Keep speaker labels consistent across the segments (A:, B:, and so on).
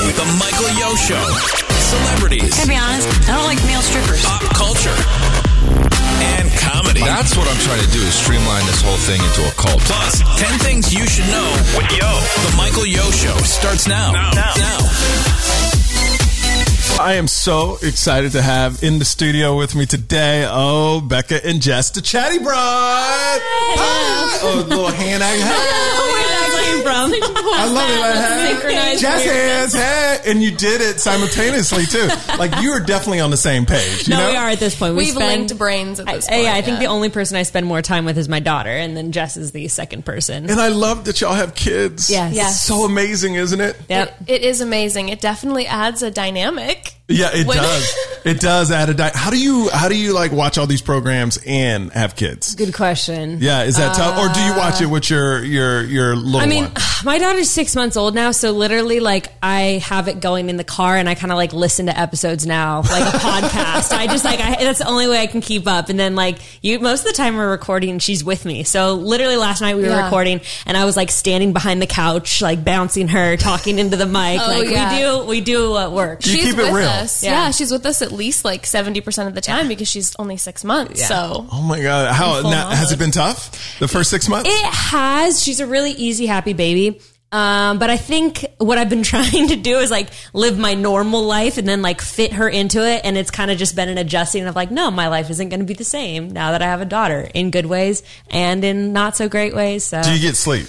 A: Michael Yo Show. Celebrities,
B: To be honest, I don't like male strippers.
A: pop culture, and comedy.
C: That's what I'm trying to do is streamline this whole thing into a cult.
A: Plus, 10 things you should know with Yo. The Michael Yo Show starts now. Now.
D: I am so excited to have in the studio with me today, oh, Becca and Jess, the chatty bride. Hi. Oh, little hand I
E: Oh
D: I love it. I had Jess hands, hey, and you did it simultaneously too. like you are definitely on the same page. You
E: no,
D: know?
E: we are at this point. We
F: We've
E: spend,
F: linked brains at
E: I,
F: this point,
E: yeah, I think
F: yeah.
E: the only person I spend more time with is my daughter, and then Jess is the second person.
D: And I love that y'all have kids.
E: Yes.
D: It's so amazing, isn't it?
E: Yep.
F: It is amazing. It definitely adds a dynamic.
D: Yeah, it
F: When-
D: does. It does add a di- How do you how do you like watch all these programs and have kids?
E: Good question.
D: Yeah, is that tough? Or do you watch it with your your your little
E: I mean,
D: one?
E: my daughter's six months old now, so literally, like, I have it going in the car, and I kind of like listen to episodes now, like a podcast. I just like I, that's the only way I can keep up. And then like you, most of the time we're recording, she's with me. So literally last night we were
F: Yeah.
E: recording, and I was like standing behind the couch, like bouncing her, talking into the mic.
F: Oh,
E: like
F: yeah.
E: we do, we do what works.
D: You
F: she's
D: keep it
F: with
D: real.
F: us.
E: Yeah.
F: Yeah. she's with us at least like 70% of the time because she's only six months. So
D: Oh my god! How
F: full
D: now, has it
F: knowledge.
D: been tough? The first six months?
E: It has. She's a really easy, happy baby. Um, but I think what I've been trying to do is like live my normal life and then like fit her into it. And it's kind of just been an adjusting of like, no, my life isn't going to be the same now that I have a daughter in good ways and in not so great ways. So
D: do you get sleep?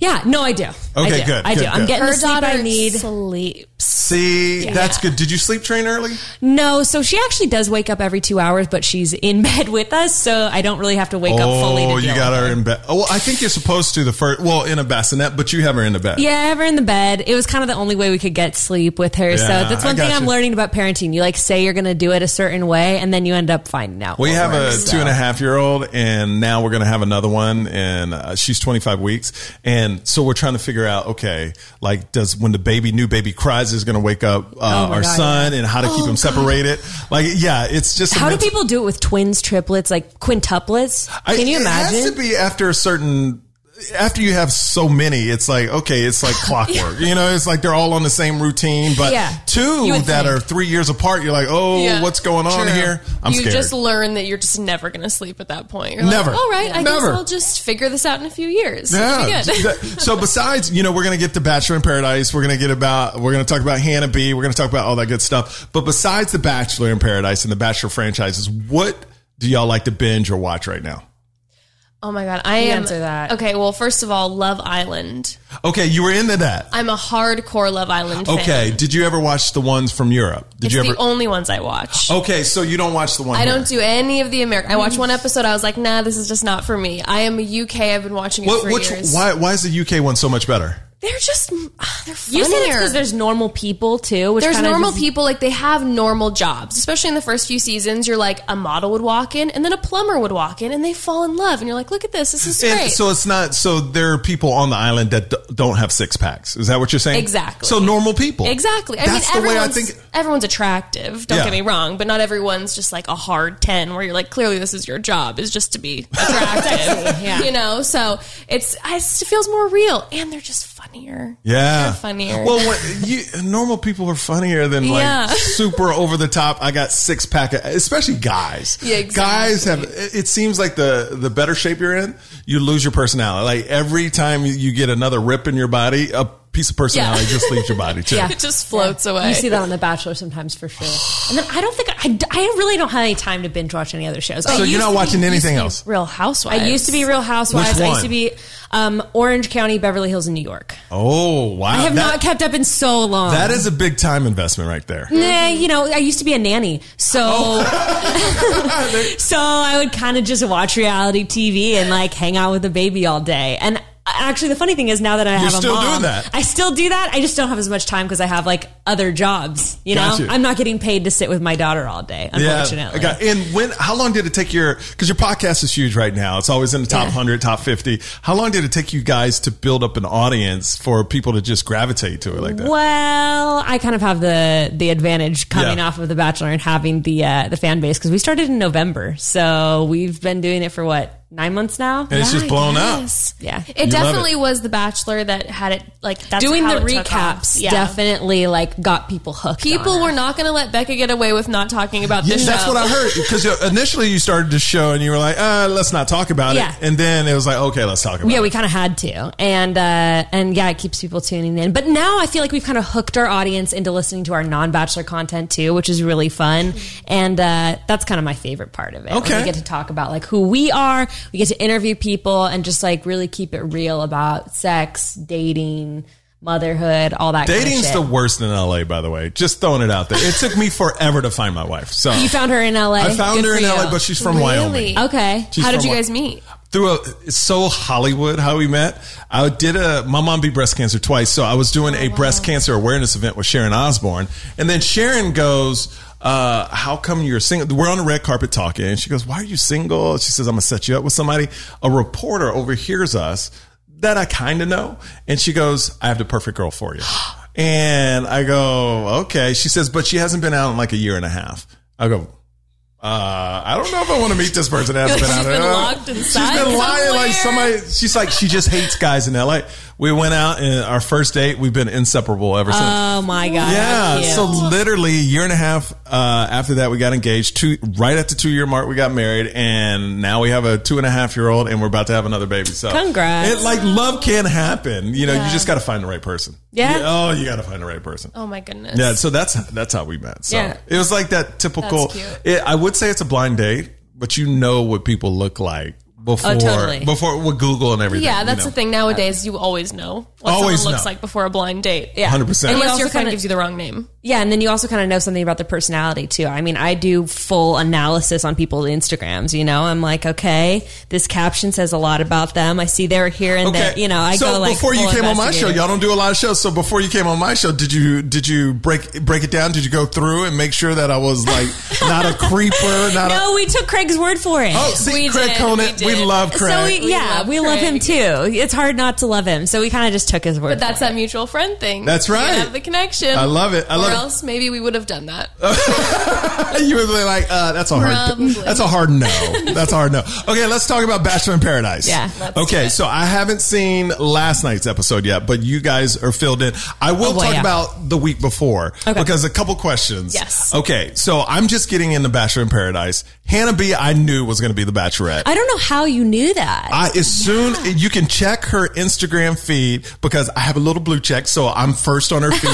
E: yeah, no, I do. I
D: Okay,
E: do.
D: good,
E: I do.
D: good,
E: I'm
D: good.
E: getting
F: her
E: the sleep
F: daughter
E: I need.
F: sleeps.
D: See, that's good. Did you sleep train early?
E: No, so she actually does wake up every two hours, but she's in bed with us, so I don't really have to wake up fully. To
D: Oh,
E: deal
D: you got
E: with
D: her in bed. Oh, well, I think you're supposed to the first. Well, in a bassinet, but you have her in the bed.
E: Yeah, ever in the bed. It was kind of the only way we could get sleep with her. so
D: Yeah,
E: that's
D: I
E: one thing
D: gotcha.
E: I'm learning about parenting. You like say you're going to do it a certain way, and then you end up finding out.
D: We
E: what
D: have a
E: works,
D: two
E: so.
D: and a half year old, and now we're going to have another one, and uh, she's 25 weeks. And so we're trying to figure out okay, like, does when the baby, new baby cries, is going to wake up uh,
E: Oh my
D: our
E: God, Oh
D: son and how to keep him separated? Like, yeah, it's just. a
E: How do
D: mental-
E: people do it with twins, triplets, like quintuplets?
D: I-
E: Can you
D: It has
E: imagine?
D: to be after a certain. After you have so many, it's like okay, it's like clockwork. You know, it's like they're all on the same routine. But
E: Yeah. You
D: two
E: would
D: that
E: think.
D: are three years apart, you're like, oh,
F: Yeah.
D: what's going on
F: True.
D: here? I'm
F: you
D: scared.
F: just learn that you're just never going to sleep at that point. You're
D: Never.
F: Like, All right, I guess
D: Never.
F: I'll just figure this out in a few years.
D: yeah.
F: It'll be good.
D: so besides, you know, we're gonna get the Bachelor in Paradise. We're gonna get about. We're gonna talk about Hannah B. We're gonna talk about all that good stuff. But besides the Bachelor in Paradise and the Bachelor franchises, what do y'all like to binge or watch right now?
F: oh my God. I
E: You
F: am.
E: answer that.
F: Okay, well, first of all, Love Island.
D: Okay, you were into that.
F: I'm a hardcore Love Island fan.
D: Okay, did you ever watch the ones from Europe? Did
F: It's
D: you ever? Oh,
F: the only ones I watch.
D: Okay, so you don't watch the one.
F: I
D: here.
F: don't do any of the American. I watched one episode. I was like, nah, this is just not for me. I am a UK. I've been watching it
D: What,
F: for
D: which
F: years.
D: why why is the UK one so much better?
F: They're just ah, they're funnier.
E: You said it's because there's normal people too. Which
F: there's
E: kinda
F: normal
E: just-
F: people like they have normal jobs, especially in the first few seasons. You're like a model would walk in, and then a plumber would walk in, and they fall in love, and you're like, look at this, this is
D: And
F: great.
D: so it's not so there are people on the island that d- don't have six packs. Is that what you're saying?
F: Exactly.
D: So normal people.
F: exactly. I
D: That's
F: mean,
D: the way I
F: everyone's
D: think.
F: everyone's attractive. Don't
D: Yeah.
F: get me wrong, but not everyone's just like a hard ten where you're like, clearly this is your job is just to be attractive.
E: yeah.
F: You know, so it's it feels more real, and they're just funnier.
D: Yeah,
F: They're funnier.
D: Well, what, you, normal people are funnier than
F: Yeah.
D: like super over the top. I got six pack, of, especially guys.
F: Yeah,
D: guys have. It it seems like the the better shape you're in, you lose your personality. Like every time you- you get another rip in your body, a piece of personality
F: Yeah.
D: just leaves your body too.
F: it just floats away.
E: You see that on The Bachelor sometimes for sure. And then I don't think I, I really don't have any time to binge watch any other shows. I
D: So
E: used
D: you're not
E: to be-
D: watching anything else.
F: Real Housewives.
E: I used to be Real Housewives.
D: Which
E: I used
D: one?
E: to be um, Orange County, Beverly Hills, in New York.
D: Oh wow!
E: I have
D: That-
E: not kept up in so long.
D: That is a big time investment right there.
E: Nah, you know, I used to be a nanny, so
D: Oh.
E: so I would kind of just watch reality TV and like hang out with the baby all day. And actually, the funny thing is, now that I have
D: still
E: a mom,
D: doing that.
E: I still do that. I just don't have as much time because I have like other jobs. You know,
D: Gotcha.
E: I'm not getting paid to sit with my daughter all day, unfortunately.
D: Yeah. Okay. And when? How long did it take your? Because your podcast is huge right now. It's always in the top
E: Yeah.
D: hundred, top fifty. How long did it take you guys to build up an audience for people to just gravitate to it like that?
E: Well, I kind of have the the advantage coming
D: Yeah.
E: off of The Bachelor and having the uh, the fan base because we started in November, so we've been doing it for what nine months now.
D: And it's just blown up.
E: Yeah.
F: It
D: love
F: definitely
D: it.
F: was The Bachelor that had it like that's
E: Doing
F: how
E: the
F: it took off.
E: recaps
F: Yeah.
E: definitely like got people hooked.
F: People
E: on it.
F: were not going to let Becca get away with not talking about
D: Yeah,
F: this.
D: that's what I heard. Because initially you started the show and you were like, uh, let's not talk about
E: Yeah.
D: it. And then it was like, okay, let's talk about
E: yeah,
D: it.
E: we kind of had to, and uh, and yeah, it keeps people tuning in. But now I feel like we've kind of hooked our audience into listening to our non-bachelor content too, which is really fun, and uh, that's kind of my favorite part of it. when
D: Okay.
E: we get to talk about like who we are, we get to interview people, and just like really keep it real about sex, dating, motherhood, all that. kind of
D: Dating's
E: shit.
D: the worst in LA, by the way. Just throwing it out there. It took me forever to find my wife. So
E: You found her in L.A.
D: I found
E: Good
D: her
E: for
D: in
E: you.
D: LA, but she's from
F: Really?
D: Wyoming.
E: Okay.
D: She's
F: How did
D: from
F: you
D: Wa-
F: guys meet?
D: through a it's so Hollywood how we met. I did a my mom beat breast cancer twice, so I was doing a breast cancer awareness event with Sharon Osbourne, and then Sharon goes. Uh, how come you're single? We're on the red carpet talking, and she goes, "Why are you single?" She says, "I'm gonna set you up with somebody." A reporter overhears us that I kind of know, and she goes, "I have the perfect girl for you." And I go, "Okay." She says, "But she hasn't been out in like a year and a half." I go, uh, I don't know if I want to meet this person. that hasn't
F: Like
D: been out
F: she's been
D: there.
F: locked inside
D: She's been lying like
F: somewhere.
D: somebody. She's like she just hates guys in L.A. We went out and our first date. We've been inseparable ever since.
E: Oh my god.
D: yeah.
E: Cute.
D: So literally a year and a half uh, after that, we got engaged. Two right at the two year mark, we got married, and now we have a two and a half year old, and we're about to have another baby. So
E: Congrats.
D: It, like love can happen. You know, you just got to find the right person.
E: Yeah.
D: Oh, you got to find the right person.
F: Oh my goodness.
D: Yeah, so that's that's how we met. So
E: Yeah.
D: it was like that typical.
F: That's cute.
D: It, I would say it's a blind date, but you know what people look like before
E: totally.
D: before with Google and everything.
F: Yeah, that's the thing. Nowadays, you always know what
D: Always
F: someone looks
D: know.
F: like before a blind date.
E: Yeah.
D: Hundred percent.
E: And you
F: Unless
E: also
F: your friend
E: kinda-
F: gives you the wrong name.
E: Yeah, and then you also kind of know something about their personality too. I mean, I do full analysis on people's Instagrams. You know, I'm like, okay, this caption says a lot about them. I see they're here and there. You know, I
D: so
E: go like
D: before you
E: full
D: came on my show,
E: investigative.
D: y'all don't do a lot of shows. So before you came on my show, did you did you break break it down? Did you go through and make sure that I was like not a creeper, not a
E: No, we took Craig's word for it.
D: oh see
F: we
D: Craig
F: did,
D: Conant,
F: we
D: we,
F: did.
D: love Craig.
E: so we,
F: We
E: yeah,
F: love
E: we love him
F: Craig.
E: too. It's hard not to love him, so we kind of just took his word.
F: But that's that mutual friend thing.
D: That's
F: You
D: right.
F: gotta have the connection.
D: I love it. I love
F: or
D: it.
F: else maybe we would have done that.
D: you were really like, uh, that's a hard,
F: Probably.
D: that's a hard no. That's a hard no. Okay, let's talk about Bachelor in Paradise.
E: Yeah, let's
D: Okay, so I haven't seen last night's episode yet, but you guys are filled in. I will
E: Oh, boy,
D: talk
E: yeah.
D: about the week before
E: Okay.
D: because a couple questions.
F: Yes.
D: Okay, so I'm just getting into Bachelor in Paradise. Hannah B, I knew was going to be the Bachelorette.
E: I don't know how you knew that.
D: I as soon you can check her Instagram feed because I have a little blue check, so I'm first on her feed.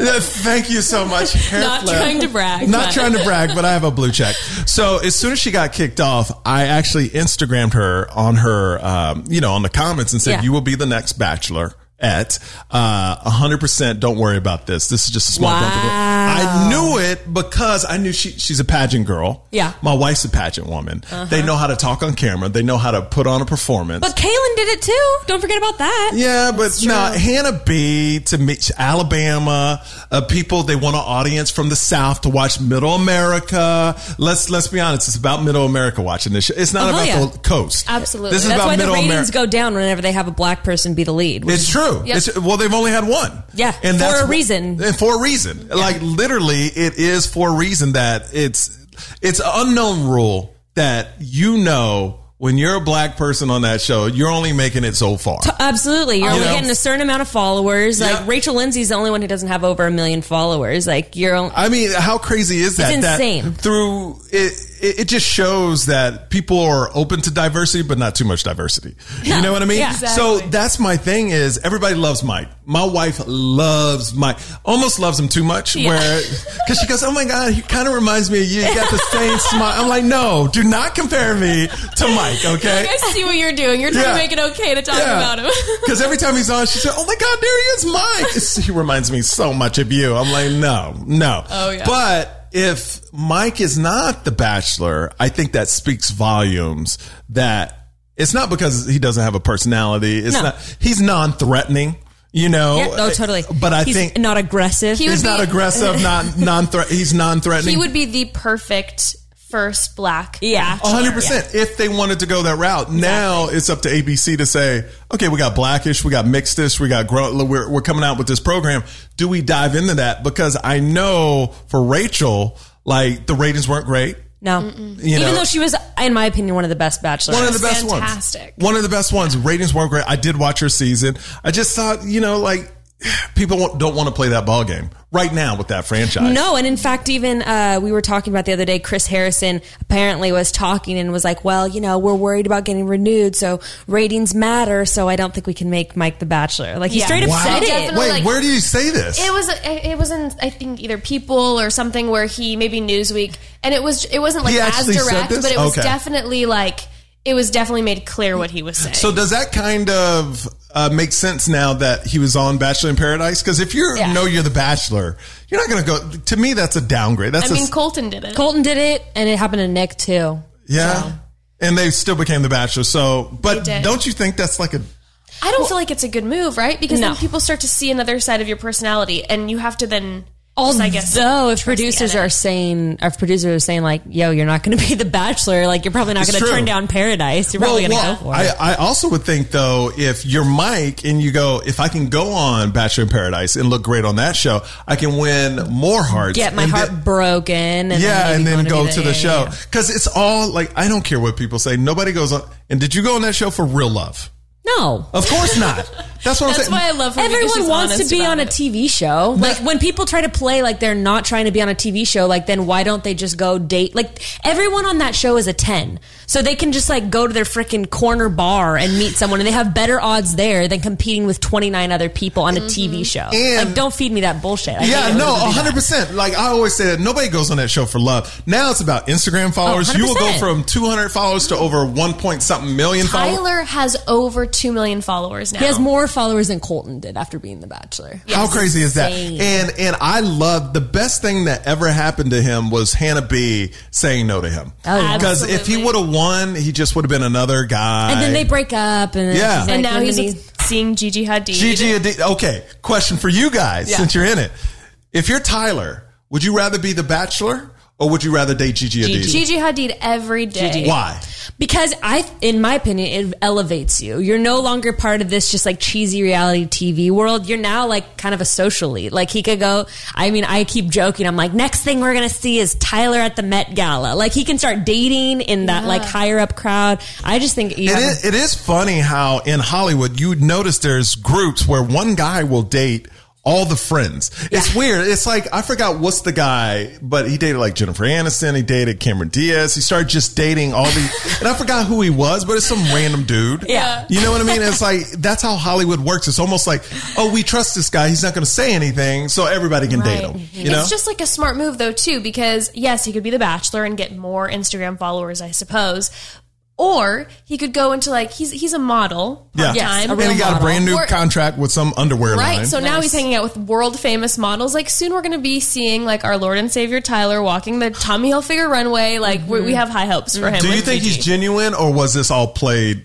D: Uh, Thank you so much. Hair
F: Not
D: flip.
F: trying to brag,
D: Not
F: but-
D: trying to brag, but I have a blue check. So as soon as she got kicked off, I actually Instagrammed her on her, um, you know, on the comments and said,
E: Yeah.
D: "You will be the next bachelor." At uh, 100%, don't worry about this. This is just a small bump. in the road." I knew it because I knew she, she's a pageant girl.
E: Yeah. Uh-huh.
D: My wife's a pageant woman. They know how to talk on camera. They know how to put on a performance.
E: but Kaylin did it too. Don't forget about that.
D: yeah, but no, Hannah B to meet Alabama uh, people. They want an audience from the South to watch Middle America. Let's let's be honest. It's about Middle America watching this. Show. It's not
E: Oh,
D: about
E: hell yeah.
D: the coast.
F: Absolutely.
D: This is
E: That's
D: about
E: why the
D: Middle
E: ratings
D: America.
E: go down whenever they have a black person be the lead.
D: It's true. It's, well, they've only had one.
E: Yeah, for a reason.
D: And for a reason, like literally, it is for a reason that it's it's an unknown rule that you know when you're a black person on that show, you're only making it so far.
E: Absolutely. You're
D: You
E: only
D: know?
E: getting a certain amount of followers.
D: Yeah.
E: Like Rachel Lindsay's the only one who doesn't have over a million followers. Like you're only,
D: I mean, how crazy is that?
E: It's
D: That
E: insane.
D: through it, it, it just shows that people are open to diversity, but not too much diversity. You know what I mean?
E: Yeah.
D: So that's my thing is everybody loves Mike. My wife loves Mike, almost loves him too much. Where because she goes, oh my god, he kind of reminds me of you. You got the same smile. I'm like, no, do not compare me to Mike. Okay.
F: I see what you're doing. You're trying
D: Yeah.
F: to make it okay to talk about him.
D: Because every time he's on, she said, "Oh my God, there he is, Mike." It's- he reminds me so much of you. I'm like, no, no.
F: Oh, yeah.
D: But if Mike is not the Bachelor, I think that speaks volumes. That it's not because he doesn't have a personality. It's
E: No.
D: not. He's non-threatening. You know. eh,
E: yeah, oh, totally.
D: But I
E: He's
D: think
E: not aggressive.
F: He
D: he's
F: would
D: not
F: be-
D: aggressive. Not non-threat. He's non-threatening.
F: he would be the perfect first black.
E: Yeah.
D: A hundred percent. If they wanted to go that route, now it's up to ABC to say, okay, we got blackish, we got mixedish, we got grown. We're, we're coming out with this program. Do we dive into that? Because I know for Rachel, like the ratings weren't great.
E: No. Even
D: know-
E: though she was, in my opinion, one of the best bachelors.
D: one of the best
F: Fantastic.
D: ones. One of the best ones. Ratings weren't great. I did watch her season. I just thought, you know, like people won't- don't want to play that ball game right now with that franchise.
E: No, and in fact, even uh, we were talking about the other day. Chris Harrison apparently was talking and was like, "Well, you know, we're worried about getting renewed, so ratings matter. So I don't think we can make Mike the Bachelor." Like he
F: Yeah.
E: straight up
F: Wow.
E: said it.
F: Definitely.
D: Wait,
F: like-
D: where do you say this?
F: It was it was in I think either People or something where he maybe Newsweek, and it was it wasn't like
D: He
F: as
D: actually said
F: direct,
D: this?
F: but it was
D: Okay.
F: definitely like it was definitely made clear what he was saying.
D: so does that kind of uh, make sense now that he was on Bachelor in Paradise? Because if you
F: Yeah.
D: know you're the Bachelor, you're not going to go. To me, that's a downgrade.
F: I
D: That's a
F: mean,
D: s-
F: Colton did it.
E: Colton did it, and it happened to Nick too.
D: yeah. And they still became the Bachelor. So, but
F: They did.
D: don't you think that's like a
F: I don't feel like it's a good move, right? Because
E: No.
F: then people start to see another side of your personality, and you have to then. just, I guess
E: Although, if
F: trust the
E: producers
F: edit.
E: are saying, if producers are saying, like, "Yo, you're not going to be the Bachelor. Like, you're probably not
D: It's
E: going to
D: true.
E: turn down Paradise. You're probably going to go for it."
D: I, I also would think though, if you're Mike and you go, if I can go on Bachelor in Paradise and look great on that show, I can win more hearts.
E: Get my
D: and
E: heart
D: then-
E: broken. And then
D: yeah,
E: maybe
D: and then
E: wanna
D: go
E: be
D: to the
E: yeah, yeah,
D: show
E: yeah.
D: because it's all like I don't care what people say. Nobody goes on. And did you go on that show for real love?
E: No,
D: Of course not. That's what I'm
F: That's
D: saying.
F: why I love her. because
E: Everyone
F: she's
E: wants to
F: honest
E: be
F: about
E: on a
F: it.
E: TV show. Like when people try to play like they're not trying to be on a TV show, like then why don't they just go date? Like everyone on that show is a 10. So they can just like go to their freaking corner bar and meet someone and they have better odds there than competing with 29 other people
F: Mm-hmm.
E: on a TV show.
D: And-
E: like don't feed me that bullshit. I hate
D: Yeah,
E: it
D: no,
E: when people do that.
D: 100%. Like I always say that nobody goes on that show for love. Now it's about Instagram followers. you will go
E: 100%.
D: from 200 followers to over 1 point something million followers.
F: Tyler has over two million followers now.
E: He has more followers than Colton did after being The Bachelor.
D: How crazy is that?
E: Insane.
D: And and I love the best thing that ever happened to him was Hannah B saying no to him.
E: Oh, yeah.
D: Because if he
F: Absolutely.
D: would have won, he just would have been another guy.
E: And then they break up and then
D: Yeah.
E: she's
F: and
E: like,
F: now he's,
E: then
F: seeing Gigi Hadid.
D: Gigi Hadid. Okay, question for you guys since you're in it. If you're Tyler, would you rather be the Bachelor or would you rather date Gigi Hadid?
F: Gigi Hadid every day.
D: Why?
E: Because I, in my opinion, it elevates you. You're no longer part of this just like cheesy reality TV world. You're now like kind of a socialite. Like he could go. I mean, I keep joking. I'm like, next thing we're gonna see is Tyler at the Met Gala. Like he can start dating in that like higher up crowd. I just think you
D: It
E: have-
D: is, it is funny how in Hollywood you notice there's groups where one guy will date all the friends. It's weird. It's like I forgot what's the guy, but he dated like Jennifer Aniston. He dated Cameron Diaz. He started just dating all the, and I forgot who he was, but it's some random dude.
E: Yeah.
D: you know what I mean. It's like that's how Hollywood works. It's almost like oh, we trust this guy. He's not going to say anything, so everybody can date him. You know,
F: It's just like a smart move though too, because yes, he could be the bachelor and get more Instagram followers, I suppose. Or he could go into like he's he's a model part
E: Yes,
F: time.
E: a
D: and he got a
E: model.
D: brand new
F: Or-
D: contract with some underwear line.
F: Right. So now
E: Nice.
F: he's hanging out with world famous models. Like soon we're going to be seeing like our Lord and Savior Tyler walking the Tommy Hilfiger runway. Like we, we have high hopes for him.
D: do you
F: with
D: think
F: Gigi.
D: he's genuine, or was this all played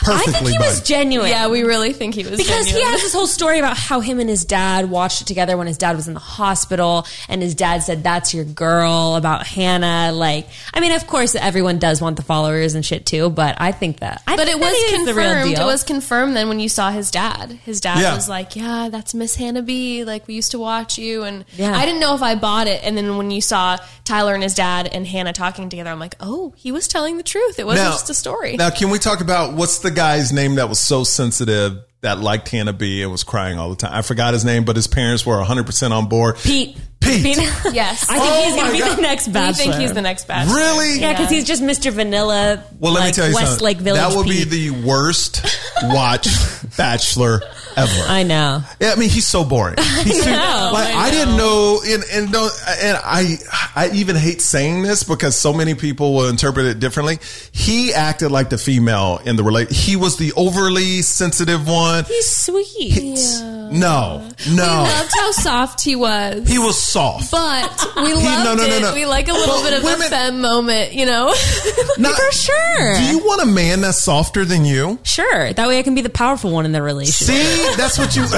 E: I
D: perfectly?
E: think he
D: by-
E: was genuine.
F: Yeah, we really think he was
E: because he
F: genuine.
E: has this whole story about how him and his dad watched it together when his dad was in the hospital and his dad said that's your girl about hannah like i mean of course everyone does want the followers and shit too but i think that I
F: But it
E: think that
F: was
E: is the real
F: confirmed. It
E: deal.
F: was confirmed then when you saw his dad. His dad
D: Yeah.
F: was like, "Yeah, that's Miss Hannah B. Like we used to watch you." And
E: Yeah.
F: I didn't know if I bought it. And then when you saw Tyler and his dad and Hannah talking together, I'm like, "Oh, he was telling the truth. It wasn't just a story."
D: Now, can we talk about what's the guy's name that was so sensitive that liked Hannah B and was crying all the time? I forgot his name, but his parents were 100% on board.
E: pete
D: Pete.
F: Yes.
E: i think
D: Oh
E: he's
D: my
E: gonna be
D: God.
E: the next
F: we
E: bachelor
F: think he's the next bachelor.
D: Really?
E: yeah because he's just mr vanilla
D: Well, let me
E: like,
D: tell you
E: westlake
D: something.
E: village
D: That will
E: Pete.
D: be the worst watched bachelor ever.
E: i know
D: Yeah, I mean, he's so boring. He's too,
E: know,
D: like I, didn't know, and and don't, and I I even hate saying this because so many people will interpret it differently. He acted like the female in the relate. He was the overly sensitive one.
E: he's sweet
D: No, no,
F: Loved how soft he was.
D: he was soft.
F: But we loved
D: He- no, no, no,
F: it.
D: no.
F: We like a little
D: But
F: bit of
D: women-
F: a femme moment, you know?
D: Not-
E: for sure
D: Do you want a man that's softer than you?
E: sure that way i can be the powerful one in the relationship
D: See, that's what you.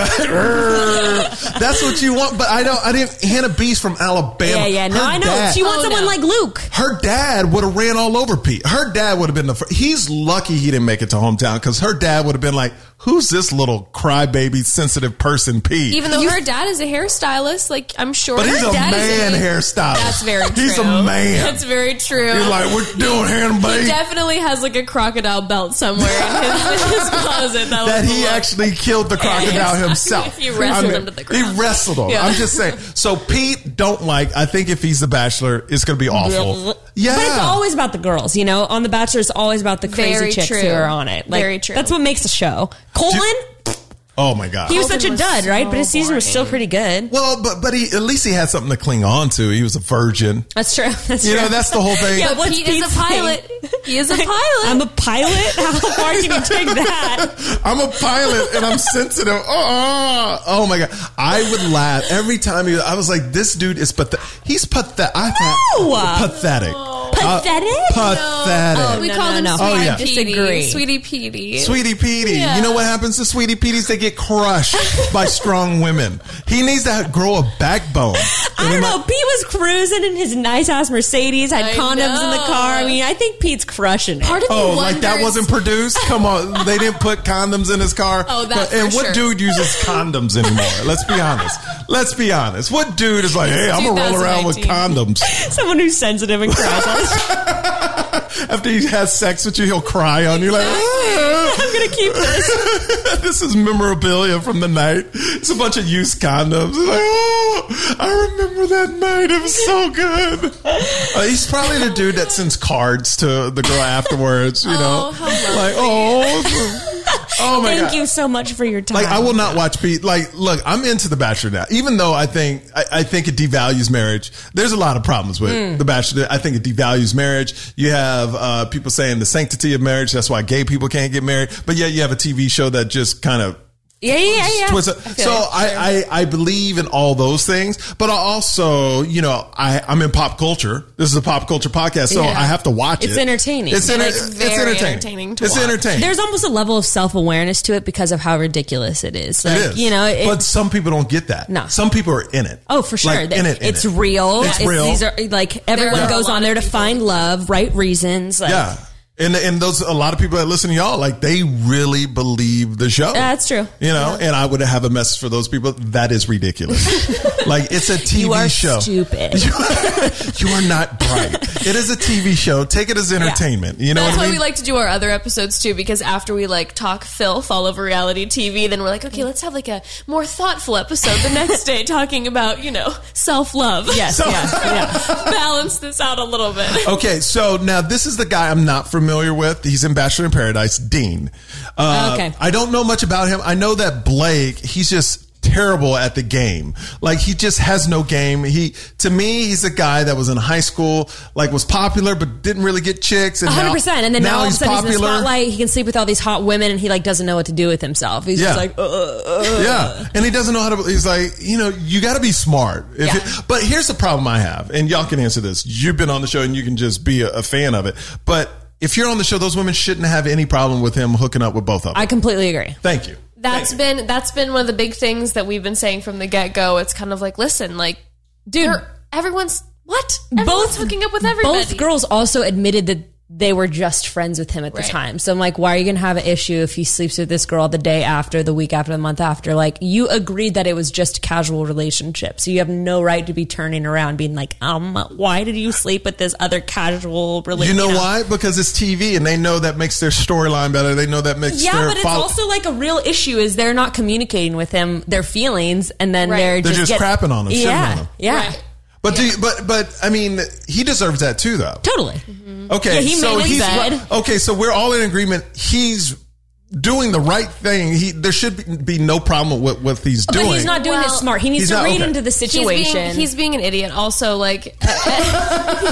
D: that's what you want. But I don't. I didn't. Hannah B's from Alabama.
E: yeah yeah no
D: Her
E: i know
D: dad-
E: she wants
F: Oh,
E: someone
F: no.
E: like luke
D: Her dad would have ran all over Pete. Her dad would have been the. Fir- He's lucky he didn't make it to hometown because her dad would have been like, who's this little crybaby sensitive person, P?
F: Even though her dad is a hairstylist, like I'm sure
D: but
F: her
D: he's a
F: dad
D: man
F: is a,
D: hairstylist.
F: That's very true.
D: He's a man.
F: That's very true.
D: You're like, what you doing, Hannah
F: he
D: Babe?
F: definitely has like a crocodile belt somewhere in his, in his closet. That,
D: that
F: was
D: he
F: the look.
D: actually killed the crocodile himself.
F: He wrestled him to the ground.
D: He wrestled him.
F: Yeah.
D: I'm just saying. So Pete don't like. I think if he's the bachelor, it's going to be awful. Yeah,
E: But it's always about the girls, you know? On The Bachelor, it's always about the crazy
F: Very
E: chicks
F: true.
E: who are on it. Like,
F: Very true.
E: That's what makes a show. Colin,
D: oh my god.
E: he was
F: Colin
E: such a
F: was
E: dud, right?
F: so
E: But his season was still pretty good.
D: well, but but he at least he had something to cling on to. He was a virgin.
E: That's true. That's
D: You
E: true.
D: know, that's the whole thing.
E: Yeah, what's
F: he is
E: Pete's
F: a pilot. He is a pilot.
E: I'm a pilot? How far can you take that?
D: I'm a pilot and I'm sensitive. Oh, oh my god! I would laugh every time he. I was like, this dude is pathetic. He's pathetic. I
E: No!
D: thought pathetic.
E: Pathetic?
D: Uh, pathetic.
F: we
E: no,
F: call
E: no,
F: him
E: no.
F: Sweetie
D: Oh, yeah.
E: Disagree.
F: Petey. Sweetie Petey.
D: Sweetie Petey.
F: Yeah.
D: You know what happens to Sweetie Petey's? They get crushed by strong women. He needs to have- grow a backbone.
E: I don't know. Pete was cruising in his nice ass Mercedes, had
F: I
E: condoms in the
F: know.
E: car. I mean, I think Pete's crushing it.
F: Part of me
D: Oh, like that
F: wonders-
D: wasn't produced? Come on, they didn't put condoms in his car.
F: Oh, that
D: But- and
F: for
D: what
F: sure.
D: dude uses condoms anymore? Let's be honest. Let's be honest. What dude is like, hey, I'm gonna roll around with
F: 2019.
D: condoms
E: Someone who's sensitive and cries. all the time.
D: after he has sex with you? He'll cry on you like. "Ah."
E: I'm gonna keep this.
D: this is memorabilia from the night. It's a bunch of used condoms. It's like, oh, I remember that night. It was so good. Uh, he's probably the dude that sends cards to the girl afterwards. You know,
F: Oh, how
D: like oh, oh my
E: Thank
D: god.
E: you so much for your time.
D: Like I will not watch Pete. Like, look, I'm into The Bachelor now. Even though I think I, I think it devalues marriage. There's a lot of problems with The Bachelor. I think it devalues marriage. You have uh, people saying the sanctity of marriage. That's why gay people can't get married. But yet you have a TV show that just kind of
E: Yeah, yeah, yeah.
D: twist it. so I, I I believe in all those things, but I also you know I I'm in pop culture. This is a pop culture podcast, so
E: Yeah.
D: I have to watch
E: It's
D: it.
E: entertaining.
D: It's, enter-
F: It's
D: it's
F: very
D: entertaining.
F: entertaining to
D: it's
F: watch.
D: entertaining.
E: There's almost a level of self awareness to it because of how ridiculous it is. Like,
D: it is.
E: You know, it,
D: but some people don't get that.
E: No.
D: Some people are in it.
E: Oh, for sure.
D: Like, in it, in
E: it's
D: it.
E: real.
D: It's real.
E: These are like everyone
F: are a
E: goes
F: lot
E: on
F: of
E: there to
F: people.
E: find love, right reasons. Like,
D: yeah. And, and those a lot of people that listen to y'all like they really believe the show.
E: Yeah, that's true.
D: You know, and I would have a message for those people. That is ridiculous. like it's a TV
E: You are
D: show.
E: stupid.
D: you are not bright. It is a TV show. Take it as entertainment. You know
F: That's
D: what I
F: why
D: mean?
F: we like to do our other episodes too, because after we like talk filth all over reality TV, then we're like, okay, let's have like a more thoughtful episode the next day, talking about you know self love.
E: yes, yes, yeah.
F: balance this out a little bit.
D: okay, so now this is the guy I'm not familiar with. He's in Bachelor in Paradise, Dean. Uh,
E: Okay.
D: I don't know much about him. I know that Blake, he's just terrible at the game. Like he just has no game. He to me, he's a guy that was in high school, like was popular but didn't really get chicks. And now-
E: 100%. And then now, all of a sudden he's in the spotlight. He can sleep with all these hot women and he like doesn't know what to do with himself. He's
D: Yeah.
E: just like, uh, uh,
D: Yeah, and he doesn't know how to. He's like, you know, you got to be smart. If
E: Yeah.
D: it- but here's the problem I have, and y'all can answer this. You've been on the show, and you can just be a, a fan of it. But if you're on the show, those women shouldn't have any problem with him hooking up with both of them.
E: I completely agree.
D: Thank you.
F: That's
D: Thank you.
F: been that's been one of the big things that we've been saying from the get go. It's kind of like, listen, like,
E: Dude,
F: they're- everyone's what? Everyone's hooking up with everybody.
E: both girls also admitted that they were just friends with him at the
F: Right.
E: time. So I'm like, why are you going to have an issue if he sleeps with this girl the day after, the week after, the month after? Like, you agreed that it was just a casual relationship. So you have no right to be turning around being like, um, why did you sleep with this other casual
D: You
E: relationship?
D: know why? Because it's TV, and they know that makes their storyline better. They know that makes
E: Yeah,
D: their
E: but it's
D: follow-
E: also like a real issue is they're not communicating with him their feelings, and then
F: Right.
E: they're,
D: They're just crapping on him, shitting
E: Yeah,
D: on him.
E: yeah,
F: Right.
D: But do you, but but I mean, he deserves that too, though.
E: totally.
D: Okay,
E: Yeah, he
D: so
E: made his
D: he's
E: bed.
D: right- okay, so we're all in agreement. He's doing the right thing. He there should be, be no problem with what he's doing.
E: But he's not doing
F: Well,
E: this smart. He needs
D: he's
E: to
D: not-
E: read
D: okay.
E: into the
F: He's
E: situation.
F: being, he's being an idiot. Also, like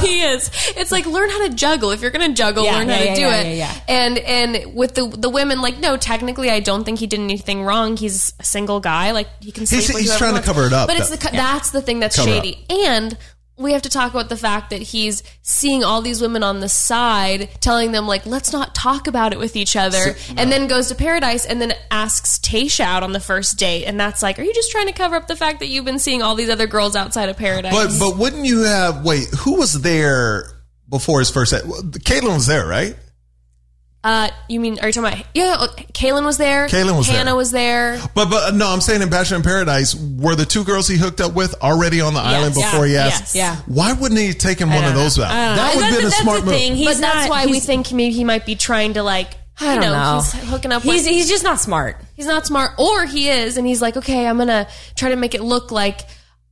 F: he is. It's like learn how to juggle. If you're gonna juggle,
E: Yeah,
F: learn how
E: yeah,
F: to
E: yeah,
F: do
E: yeah,
F: it.
E: yeah,
F: And and with the the women, like no, technically, I don't think he did anything wrong. He's a single guy. Like he can. Sleep
D: He's-
F: with
D: he's
F: whoever
D: trying to
F: wants.
D: cover it up,
F: But it's
D: though.
F: the co- that's the thing that's
D: Cover up.
F: shady. And we have to talk about the fact that he's seeing all these women on the side, telling them like, let's not talk about it with each other, and then goes to paradise and then asks Tasha out on the first date, and that's like, are you just trying to cover up the fact that you've been seeing all these other girls outside of paradise?
D: But but wouldn't you have? Wait, who was there before his first? Set? Caitlin was there, right?
F: Uh, you mean are you talking about? Yeah, uh, Kaylin was there.
D: Kaylin was there.
F: Hannah was there.
D: But but uh, no, I'm saying in Bachelor in Paradise, were the two girls he hooked up with already on the island
E: yeah,
D: before he asked?
E: yes. Yeah.
D: Why wouldn't he take him one of
E: don't
D: those
E: know.
D: out?
E: I
D: That
E: don't know.
D: would have
E: That's-
D: been a
E: that's the
D: smart
E: thing.
D: move.
E: He's
F: but that's
E: not-
F: why we
E: he's-
F: think maybe he might be trying to like.
E: I
F: you
E: don't
F: know,
E: know.
F: He's hooking up.
E: He's
F: with,
E: he's just not smart.
F: he's not smart, or he is, and he's like, okay, I'm gonna try to make it look like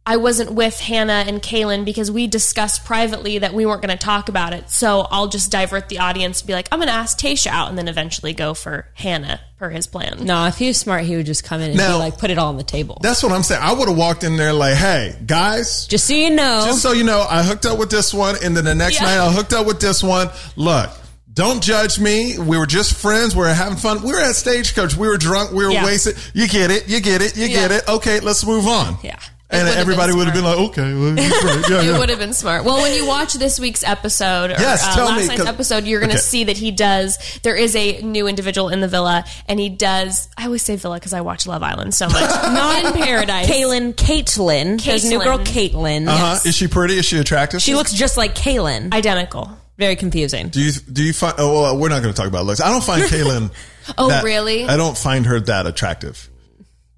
F: I wasn't with Hannah and Kaylin because we discussed privately that we weren't gonna talk about it. So I'll just divert the audience and be like, I'm gonna ask Tasha out, and then eventually go for Hannah per his plan.
E: No, if he was smart, he would just come in and
D: Now-
E: be like put it all on the table.
D: That's what I'm saying. I would have walked in there like, hey, guys,
E: Just so you know,
D: just so you know, I hooked up with this one, and then the next
F: Yeah.
D: night I hooked up with this one. Look, don't judge me. We were just friends. We were having fun. We were at Stagecoach. We were drunk. We were
E: Yeah.
D: wasted. You get it. You get it. You get
F: Yeah.
D: it. Okay, let's move on.
E: Yeah.
D: And
F: It would've
D: everybody
F: been
D: would have been like, okay, well, he's right. Yeah,
F: It
D: yeah.
F: would have been smart. Well, when you watch this week's episode or
D: Yes,
F: uh,
D: tell
F: last
D: me,
F: night's
D: 'cause-
F: episode, you're going to
D: okay.
F: see that he does. There is a new individual in the villa, and he does. I always say villa because I watch Love Island so much. Not in paradise.
E: Kaylin, Caitlin, his new girl, Caitlin.
D: Uh-huh. Is she pretty? Is she attractive?
E: She looks just like Kaylin.
F: Identical.
E: Very confusing.
D: Do you do you find? Oh, well, we're not going to talk about looks. I don't find Kaylin.
F: Oh,
D: that-
F: really?
D: I don't find her that attractive.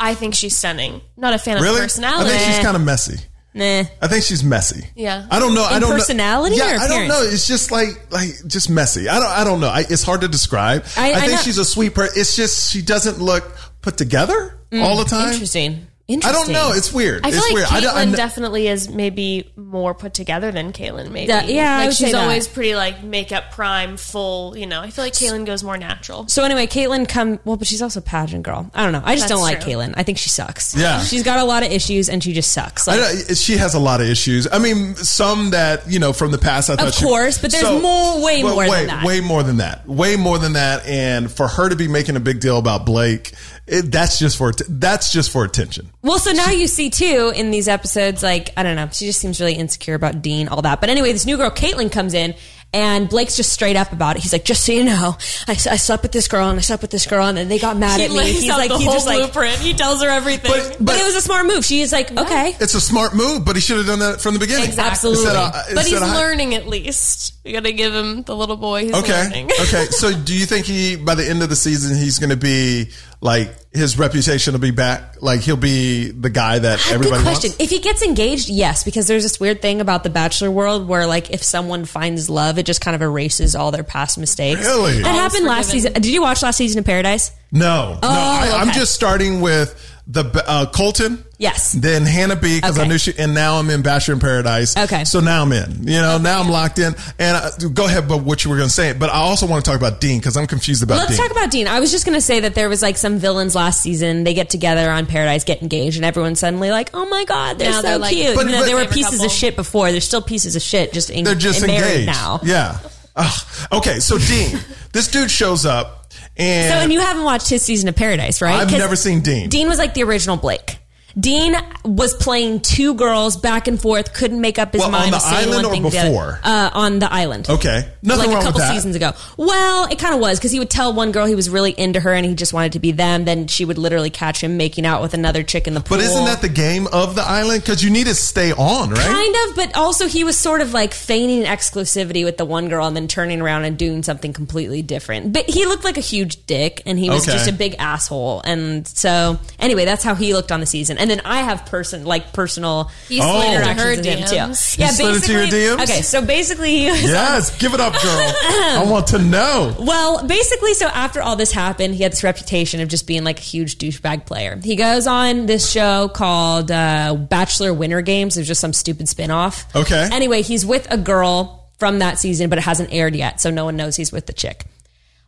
F: I think she's stunning. Not a fan of
D: Really?
F: her personality.
D: I think she's kind of messy.
E: Nah.
D: I think she's messy.
F: Yeah.
D: I don't know. I
E: In
D: don't know-
E: personality
D: Yeah,
E: or
D: I don't
E: appearance?
D: know. It's just like like just messy. I don't. I don't know. I, it's hard to describe. I,
E: I- I
D: think
E: know-
D: she's a sweet person. It's just she doesn't look put together all the time.
E: Interesting.
D: I
E: Mm,
D: don't
E: Interesting.
D: know. It's weird.
F: I feel
D: it's
F: like
D: weird.
F: Caitlyn
D: I don't- I kn-
F: definitely is maybe more put together than Caitlyn. Maybe
E: Yeah, yeah, I
F: Like
E: would say
F: she's
E: that.
F: always pretty like makeup prime, full. You know, I feel like Caitlyn goes more natural.
E: So anyway, Caitlyn come well, but she's also a pageant girl. I don't know. I just
F: That's
E: don't like
F: true.
E: Caitlyn. I think she sucks.
D: Yeah.
E: she's got a lot of issues and she just sucks. Like,
D: I know, she has a lot of issues. I mean, some that you know from the past. I thought, she-
E: course, but there's more- way
D: but
E: more than
D: way-
E: that.
D: Way more than that. Way more than that. And for her to be making a big deal about Blake, it, that's just for that's just for attention.
E: well, so now you see too in these episodes, like I don't know, she just seems really insecure about Dean, all that. But anyway, this new girl, Caitlyn, comes in. And Blake's just straight up about it. He's like, just so you know, I, I slept with this girl and I slept with this girl and then they got mad at me.
F: lays
E: He's
F: out
E: like,
F: the
E: he's
F: whole
E: just like,
F: blueprint. he tells her everything.
D: But-
E: but it was a smart move. She's like, okay,
D: It's a smart move, but he should have done that from the beginning. uh,
E: Exactly. Absolutely.
D: Instead of-
F: but he's
D: instead of-
F: learning at least. We got to give him the little boy. He's
D: Okay.
F: learning.
D: okay. So, do you think he by the end of the season he's going to be like his reputation will be back? Like he'll be the guy that everybody
E: Good question.
D: wants.
E: If he gets engaged, yes, because there's this weird thing about the bachelor world where, like, if someone finds love, it just kind of erases all their past mistakes.
D: Really?
E: That happened last
F: forgiven.
E: season. Did you watch last season of Paradise?
D: No. no. I, I'm
E: Oh, okay.
D: just starting with the uh, Colton.
E: Yes.
D: Then Hannah B because I
E: Okay.
D: knew she, and now I'm in Bachelor in Paradise.
E: Okay.
D: So now I'm in. You know, now I'm locked in. And uh, go ahead, but what you were going to say. But I also want to talk about Dean because I'm confused about
E: Let's
D: Dean.
E: talk about Dean. I was just going to say that there was like some villains last season. They get together on Paradise, get engaged, and everyone's suddenly like, oh my God, they're
F: Now
E: so
F: they're, like,
E: cute.
D: But-
E: Even though
D: but-
E: they were
F: favorite
E: pieces
F: couple.
E: of shit before, they're still pieces of shit, just, en-
D: They're just
E: and married
D: engaged
E: now.
D: Yeah. Ugh. okay. So Dean, this dude shows up, and
E: So, and you haven't watched his season of Paradise, right?
D: I've
E: 'Cause
D: never seen Dean.
E: Dean was like the original Blake. Dean was playing two girls back and forth, couldn't make up his
D: Well, on
E: mind.
D: the
E: was saying
D: island
E: one
D: or
E: thing to the other.
D: before?
E: Uh, on the island.
D: Okay. Nothing
E: like
D: wrong
E: a couple
D: with that.
E: seasons ago. Well, it kind of was because he would tell one girl he was really into her and he just wanted to be them. Then she would literally catch him making out with another chick in the pool.
D: But isn't that the game of the island? Because you need to stay on, right?
E: Kind of, but also he was sort of like feigning exclusivity with the one girl and then turning around and doing something completely different. But he looked like a huge dick and he was
D: Okay.
E: just a big asshole. And so, anyway, that's how he looked on the season. And then I have person like personal
F: He slid into
E: interactions
F: her
E: with him too.
F: DMs.
E: Yeah,
D: slid into your
E: basically-
D: DMs?
E: Okay, so basically he was
D: Yes, give it up, girl. I want to know.
E: well, basically, so after all this happened, he had this reputation of just being like a huge douchebag player. He goes on this show called uh, Bachelor Winter Games. There's just some stupid spinoff.
D: Okay.
E: Anyway, he's with a girl from that season, but it hasn't aired yet, so no one knows he's with the chick.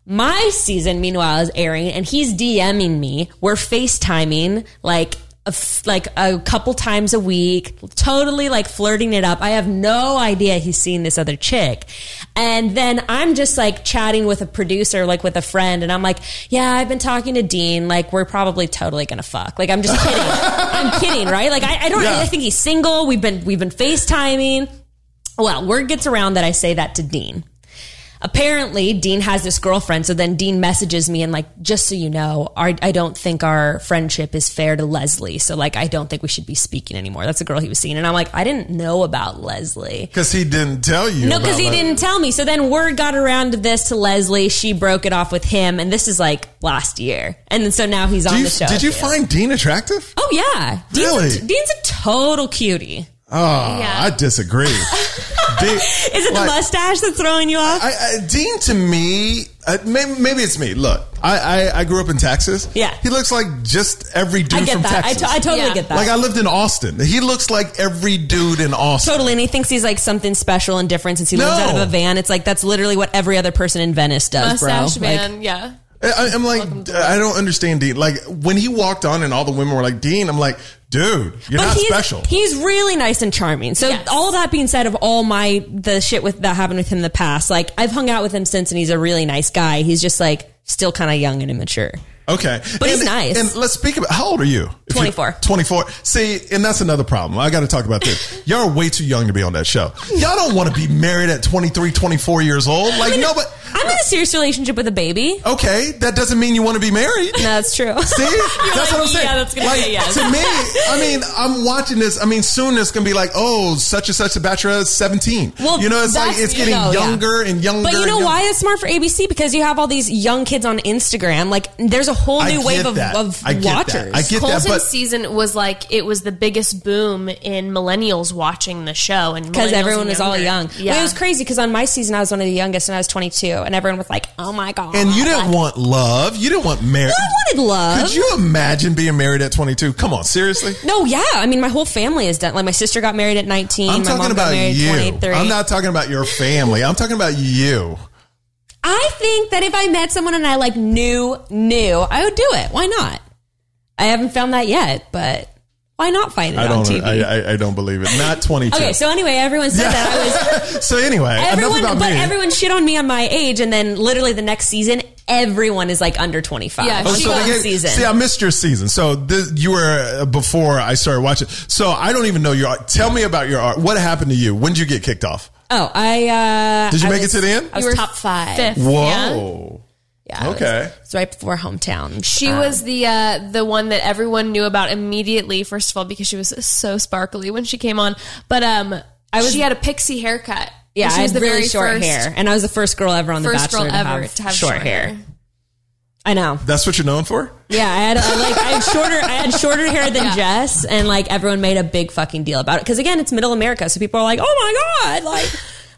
E: My season, meanwhile, is airing, and he's DMing me. We're FaceTiming like a f- like a couple times a week, totally like flirting it up. I have no idea he's seeing this other chick. And then I'm just like chatting with a producer, like with a friend, and I'm like, "Yeah, I've been talking to Dean. Like, we're probably totally gonna fuck. Like, I'm just kidding. I'm kidding, right? Like, I, I don't.
D: Yeah.
E: I think he's single. We've been we've been FaceTiming. Well, word gets around that I say that to Dean. apparently Dean has this girlfriend. So then Dean messages me and like, just so you know, our, I don't think our friendship is fair to Leslie. So like, I don't think we should be speaking anymore. That's the girl he was seeing. And I'm like, I didn't know about Leslie.
D: Because he didn't tell you.
E: No,
D: about
E: because
D: that.
E: he didn't tell me. So then word got around to this to Leslie. She broke it off with him. And this is like last year. And then so now he's on
D: Do you-
E: the show.
D: did you
E: too.
D: find Dean attractive?
E: Oh yeah, Dean's,
D: Really?
E: a, Dean's a total cutie.
D: Oh,
F: Yeah.
D: I disagree. Dean,
E: Is it the
D: like,
E: mustache that's throwing you off?
D: I, I, Dean to me, uh, maybe, maybe it's me. Look, I, I I grew up in Texas.
E: Yeah.
D: he looks like just every dude
E: I get
D: from
E: that. I,
D: Texas.
E: to- I totally
F: Yeah.
E: get that.
D: like I lived in Austin. He looks like every dude in Austin.
E: totally, and he thinks he's like something special and different since he lives
D: No.
E: out of a van. It's like that's literally what every other person in Venice does,
F: mustache
E: bro. Like,
F: man. yeah.
D: I, I'm like, I don't understand Dean. Like when he walked on and all the women were like, Dean, I'm like, dude, you're not
E: he's,
D: special.
E: he's really nice and charming. So
F: Yes.
E: all that being said, of all my the shit with that happened with him in the past, like I've hung out with him since, and he's a really nice guy. He's just like still kind of young and immature.
D: Okay.
E: But
D: and,
E: he's nice.
D: And let's speak about how old are you? If you-
E: 24.
D: 24. See, and that's another problem. I got to talk about this. Y'all are way too young to be on that show. Y'all don't want to be married at 23, 24 years old. Like, no, but
E: I'm in a serious relationship with a baby.
D: okay, that doesn't mean you want to be married.
E: No, that's true.
D: See, that's
E: like,
D: what I'm saying.
E: yeah, that's gonna
D: like,
E: be a yes.
D: To me, I mean, I'm watching this. I mean, soon it's gonna be like, oh, such and such a bachelor is 17.
E: Well,
D: you know, it's like
E: that's-
D: it's getting
E: no, yeah.
D: younger and younger.
E: But you
D: and
E: know
D: younger.
E: why that's smart for ABC? Because you have all these young kids on Instagram. Like, there's a whole
D: I
E: new
D: get
E: wave of,
D: that.
E: of
D: I get that.
E: watchers.
D: I get that,
F: Colton's
D: but
F: season was like it was the biggest boom in millennials watching the show, and
E: because
F: millennials
E: everyone
F: and
E: was all
F: younger.
E: young.
F: Yeah,
E: Well, it was crazy because on my season I was one of the youngest and I was 22, and everyone was like, "Oh my god!"
D: And you
E: Like,
D: didn't want love. You didn't want marriage.
E: I wanted love.
D: Could you imagine being married at 22? Come on, seriously?
E: No, yeah. I mean, my whole family is done. Like, my sister got married at 19.
D: I'm
E: my
D: talking
E: mom got
D: about
E: married
D: you.
E: at 23.
D: I'm not talking about your family. I'm talking about you.
E: I think that if I met someone and I like knew knew, I would do it. Why not? I haven't found that yet, but why not find it
D: I
E: on
D: don't.
E: TV?
D: I, I, I don't believe it. Not 22.
E: okay, so anyway, everyone said that I was
D: so anyway,
E: Everyone,
D: enough about
E: but
D: me.
E: everyone shit on me on my age, and then literally the next season, everyone is like under twenty five.
F: Yeah,
E: Yeah,
F: she
E: so
F: got-
D: Oh, they get-
E: season.
D: See, I missed your season. So this, you were uh, before I started watching. So I don't even know your art. Tell me about your art. What happened to you? When did you get kicked off?
E: oh, I uh,
D: Did you
E: I
D: make
E: was-
D: it to the end?
E: I was
F: You were
E: top five.
F: fifth. yeah.
D: Whoa.
E: Yeah, I was-
D: Okay.
E: it's right before hometown. Um,
F: She
D: Um,
F: was the uh, the one that everyone knew about immediately. First of all, because she was so sparkly when she came on, but um, I was, she had a pixie haircut.
E: Yeah,
F: she
E: I
F: was
E: had really short
F: first-
E: hair, and I was the first girl ever on the
F: First
E: Bachelor
F: girl
E: to,
F: ever
E: have
F: to have
E: short,
F: short
E: hair.
F: hair.
E: I know.
D: That's what you're known for?
E: Yeah, I had uh, like I had shorter I had shorter hair than Jess, and like everyone made a big fucking deal about it because again, it's Middle America, so people are like, "Oh my god, like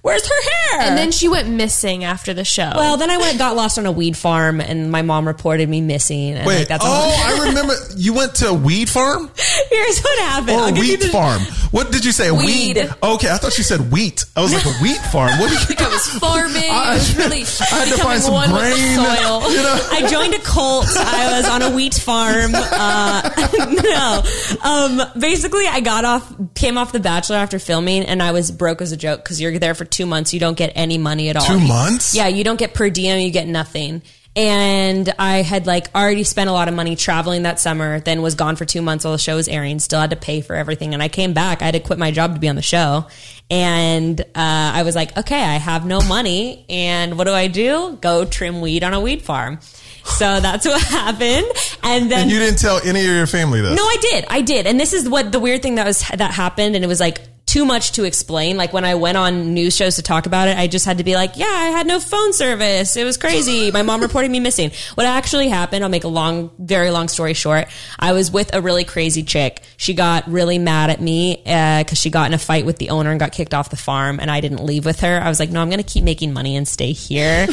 E: where's her hair?"
F: And then she went missing after the show.
E: Well, then I went got lost on a weed farm, and my mom reported me missing. And like,
D: Wait.
E: that's all.
D: oh, I remember. You went to a weed farm
E: Here's what happened.
D: or
E: I'll
D: a
E: give you
D: wheat
E: the-
D: farm? What did you say? A
E: Weed.
D: Okay, I thought you said wheat. I was like a wheat farm. What did you
F: it was farming.
D: I-
F: it was really
D: I had to
F: becoming
D: find some
F: one with
D: grain.
F: the soil.
D: You know.
E: I joined a cult. I was on a wheat farm. Uh, no, um, basically, I got off, came off The Bachelor after filming, and I was broke as a joke because you're there for two months. You don't get any money at all.
D: Two months?
E: Yeah, you don't get per diem. You get nothing. And I had like already spent a lot of money traveling that summer. Then was gone for two months while the show was airing. Still had to pay for everything. And I came back. I had to quit my job to be on the show. And uh, I was like, okay, I have no money. And what do I do? Go trim weed on a weed farm. So that's what happened. And then
D: And you didn't tell any of your family this.
E: no, I did. I did. And this is what the weird thing that was that happened and it was like too much to explain. Like when I went on news shows to talk about it, I just had to be like, "Yeah, I had no phone service. It was crazy. My mom reported me missing." What actually happened, I'll make a long very long story short. I was with a really crazy chick. She got really mad at me uh, cuz she got in a fight with the owner and got kicked off the farm and I didn't leave with her. I was like, "No, I'm going to keep making money and stay here."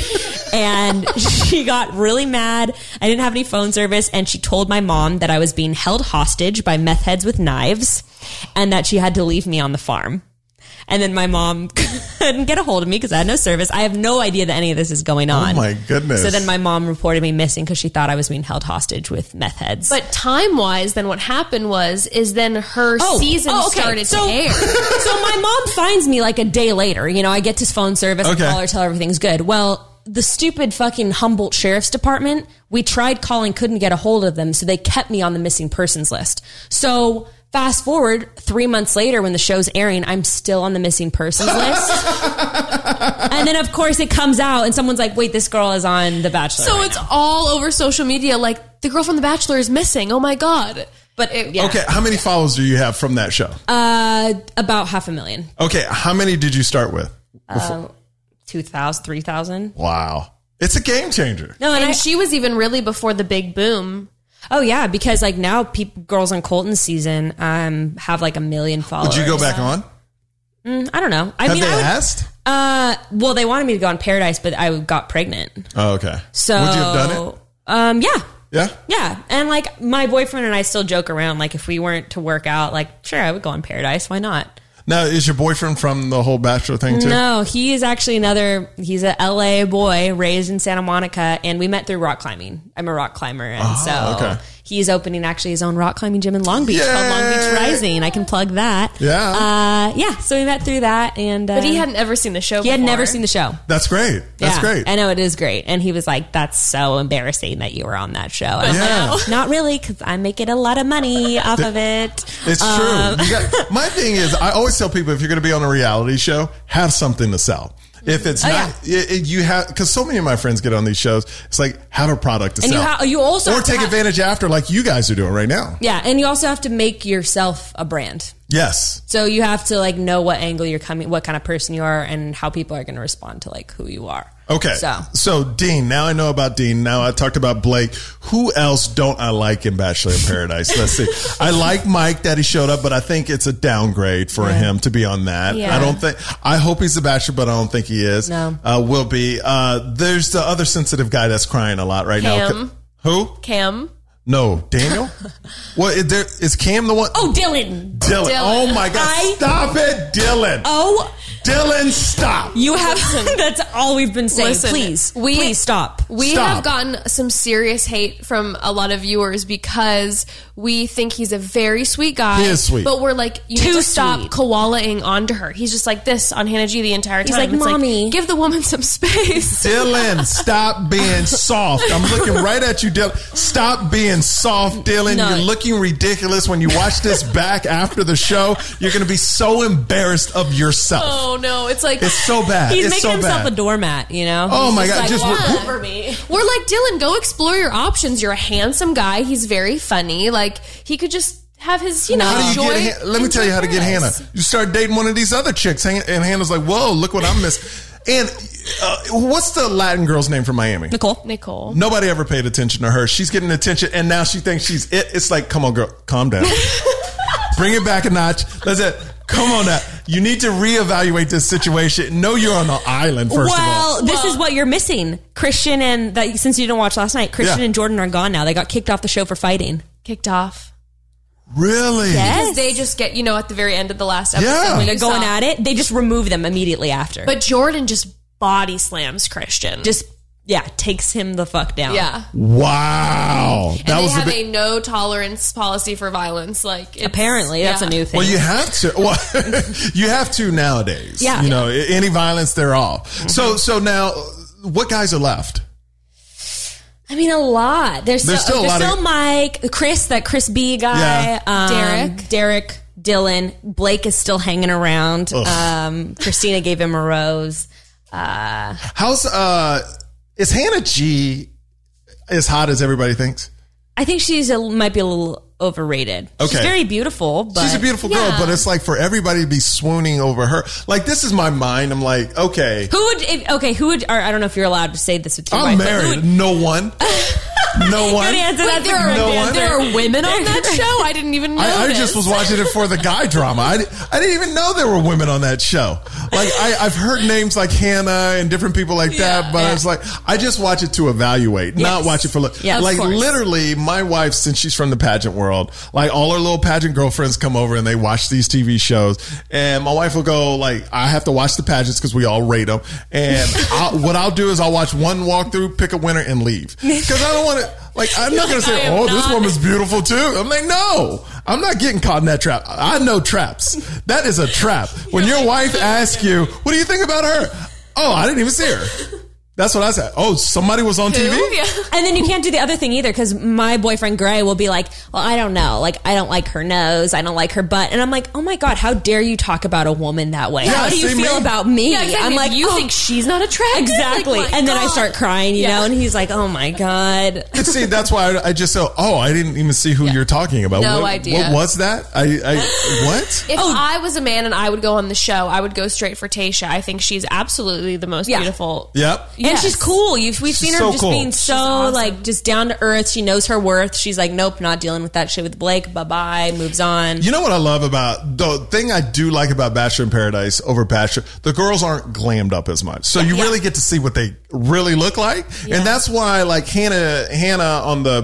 E: and she got really mad. I didn't have any phone service, and she told my mom that I was being held hostage by meth heads with knives, and that she had to leave me on the farm. And then my mom couldn't get a hold of me because I had no service. I have no idea that any of this is going on.
D: Oh my goodness.
E: So then my mom reported me missing because she thought I was being held hostage with meth heads.
F: But time wise, then what happened was is then her season started
E: so,
F: to air.
E: so my mom finds me like a day later. You know, I get this phone service.
D: Okay.
E: I call her, tell her everything's good. Well, the stupid fucking Humboldt Sheriff's Department, we tried calling, couldn't get a hold of them, so they kept me on the missing persons list. So Fast forward three months later when the show's airing, I'm still on the missing persons list. and then, of course, it comes out and someone's like, wait, this girl is on The Bachelor.
F: So
E: right
F: it's
E: now.
F: all over social media. Like the girl from The Bachelor is missing. Oh my god.
E: But it, yeah.
D: Okay, how many followers do you have from that show?
E: Uh, about half a million.
D: okay, how many did you start with?
E: Uh, 2,000, 3,000.
D: Wow. It's a game changer.
E: No, and,
F: And
E: I,
F: she was even really before the big boom.
E: oh yeah, because like now people, girls on Colton's season, um, have like a million followers. Mm,
D: Would you go back on?
E: I don't know. I
D: Have
E: mean,
D: they
E: I would-
D: asked?
E: Uh, well, they wanted me to go on Paradise, but I got pregnant.
D: Oh, okay.
E: So
D: would you have done it?
E: Um, yeah,
D: Yeah.
E: yeah. And like my boyfriend and I still joke around. Like if we weren't to work out, like sure, I would go on Paradise. Why not?
D: Now, is your boyfriend from the whole Bachelor thing too?
E: No, he is actually another. He's a LA boy raised in Santa Monica, and we met through rock climbing. I'm a rock climber, and so
D: Ah, okay.
E: he's opening actually his own rock climbing gym in Long Beach called Long
D: Yay!
E: Beach Rising. I can plug that.
D: Yeah.
E: uh, yeah. So we met through that, and uh,
F: But he hadn't ever seen the show.
E: he had never seen the show.
D: That's great. That's
E: yeah,
D: great.
E: I know it is great, and he was like, "That's so embarrassing that you were on that show." And I'm
D: Yeah.
E: like, not really, because I'm making a lot of money off of it.
D: It's
E: uh,
D: true. You got, my thing is, I always tell people if you're going to be on a reality show, have something to sell. If it's
E: Oh,
D: not, it, it- you have because so many of my friends get on these shows. It's like have a product to
E: And you
D: sell,
E: ha- you also
D: or
E: have to
D: take
E: have-
D: advantage after, like you guys are doing right now.
E: Yeah, and you also have to make yourself a brand.
D: Yes,
E: So you have to like know what angle you're coming, what kind of person you are, and how people are going to respond to like who you are.
D: Okay.
E: So
D: so Dean, now I know about Dean. Now I talked about Blake. Who else don't I like in Bachelor in Paradise? Let's see. I like Mike that he showed up, but I think it's a downgrade for him to be on that.
E: Yeah.
D: I don't think. I hope he's a bachelor, but I don't think he is.
E: No.
D: uh, will be. Uh, there's the other sensitive guy that's crying a lot right now.
F: Cam.
D: Who?
F: Cam.
D: No, Daniel. well, is, there, is Cam the one?
E: oh, Dylan.
D: Dylan.
F: Dylan.
D: Oh my God!
E: I-
D: stop it, Dylan.
E: Oh,
D: Dylan, stop.
E: you have. that's all we've been saying.
F: Listen,
E: please,
F: we-
E: please stop.
F: We
D: Stop.
F: have gotten some serious hate from a lot of viewers because we think he's a very sweet guy.
D: He is sweet.
F: But we're like, you
E: Too
F: need to stop
E: sweet.
F: koalaing onto her. He's just like this on Hannah G the entire time.
E: He's like,
F: It's
E: "Mommy."
F: give the woman some space.
D: Dylan, stop being soft. I'm looking right at you, Dylan. Stop being soft, Dylan.
E: No.
D: You're looking ridiculous. When you watch this back after the show, you're going to be so embarrassed of yourself.
F: oh no, it's like
D: It's so bad.
E: He's
D: it's
E: making
D: so
E: himself
D: bad.
E: a doormat. You know.
D: Oh
E: He's
D: my God, just-
E: walk
F: Yeah.
E: over me.
F: We're like, Dylan, go explore your options. You're a handsome guy. He's very funny. Like, he could just have his, you know,
D: how do you
F: enjoy,
D: get? Han- Let me tell you how to get Hannah.
F: paradise.
D: You start dating one of these other chicks, Han- and Hannah's like, "Whoa, look what I missed." And uh, what's the Latin girl's name from Miami?
E: Nicole.
F: Nicole.
D: Nobody ever paid attention to her. She's getting attention, and now she thinks she's it. It's like, come on, girl, calm down. Bring it back a notch. That's it. Come on now. You need to reevaluate this situation. Know you're on an island, first
E: well,
D: of all.
E: this is what you're missing. Christian and that since you didn't watch last night, Christian
D: Yeah.
E: and Jordan are gone now. They got kicked off the show for fighting.
F: Kicked off.
D: Really?
F: Because they just get, you know, at the very end of the last episode.
D: Yeah.
F: when
E: They're
F: you
E: going
F: saw-
E: at it. They just remove them immediately after.
F: But Jordan just body slams Christian.
E: just yeah, takes him the fuck down.
F: yeah.
D: Wow.
F: And
D: that
F: they
D: was the
F: have
D: big.
F: a no tolerance policy for violence. Like, it's-
E: Apparently, that's
F: yeah.
E: a new thing.
D: Well, you have to. Well, you have to nowadays.
E: Yeah.
D: You know, a- any violence, they're off.
F: Mm-hmm.
D: So, so now, what guys are left?
E: I mean, a lot. There's,
D: There's
E: still,
D: still a
E: there's
D: lot
E: still
D: of-
E: Mike, Chris, that Chris B guy,
D: Yeah.
E: um,
F: Derek.
E: Derek, Dylan, Blake is still hanging around. Um, Christina gave him a rose.
D: How's uh? Is Hannah G as hot as everybody thinks?
E: I think she's a, might be a little overrated. she's
D: Okay.
E: very beautiful, but
D: She's a beautiful girl, but it's like for everybody to be swooning over her. Like this is my mind. I'm like, okay,
E: who would? If, okay, who would? Or I don't know if you're allowed to say this with your
D: I'm
E: wife, but who
D: married.
E: would-
D: No one. No one.
E: Good answer.
F: Wait,
E: That's a
F: there, are,
E: correct
D: No
E: answer.
D: one.
F: there are women on that show? I didn't even know.
D: I, I just was watching it for the guy drama. I, di- I didn't even know there were women on that show. Like I, I've heard names like Hannah and different people like that, but I was like, I just watch it to evaluate, not
E: Yes.
D: watch it for look.
E: Yeah, of
D: like
E: course.
D: literally, my wife, since she's from the pageant world, like all her little pageant girlfriends come over and they watch these TV shows, and my wife will go like, I have to watch the pageants because we all rate them, and I'll, what I'll do is I'll watch one walkthrough, pick a winner, and leave because I don't want to. Like I'm not gonna
F: I
D: say,
F: am
D: oh, this
F: not-
D: woman's beautiful too. I'm like, no, I'm not getting caught in that trap. I know traps. That is a trap. When your wife asks you, what do you think about her? Oh, I didn't even see her. That's what I said. Oh, somebody was on TV.
F: Yeah.
E: And then you can't do the other thing either because my boyfriend Gray will be like, "Well, I don't know. Like, I don't like her nose. I don't like her butt." And I'm like, "Oh my god, how dare you talk about a woman that way? how do you
D: see
E: feel
D: me?
E: about me?"
F: Yeah, exactly.
E: I'm like,
F: You
E: "Oh,
F: think she's not attractive?
E: exactly?"
F: Like, my
E: and then I
F: God.
E: start crying, you
F: Yeah.
E: know. And he's like, "Oh my god."
D: And see, that's why I, I just so oh, I didn't even see who you're talking about.
F: No
D: what,
F: idea.
D: What was that? I, I what?
F: If I was a man and I would go on the show, I would go straight for Tasha. I think she's absolutely the most
E: Yeah.
F: beautiful.
D: Yep.
E: And
F: Yes.
E: she's cool. You've, we've seen her
D: so
E: just
D: cool.
E: being so
F: awesome.
E: like just down to earth. She knows her worth. She's like, nope, not dealing with that shit with Blake. Bye bye. Moves on.
D: You know what I love about the thing I do like about Bachelor in Paradise over Bachelor, the girls aren't glammed up as much. So you
E: Yeah.
D: really get to see what they really look like. And that's why like Hannah Hannah on the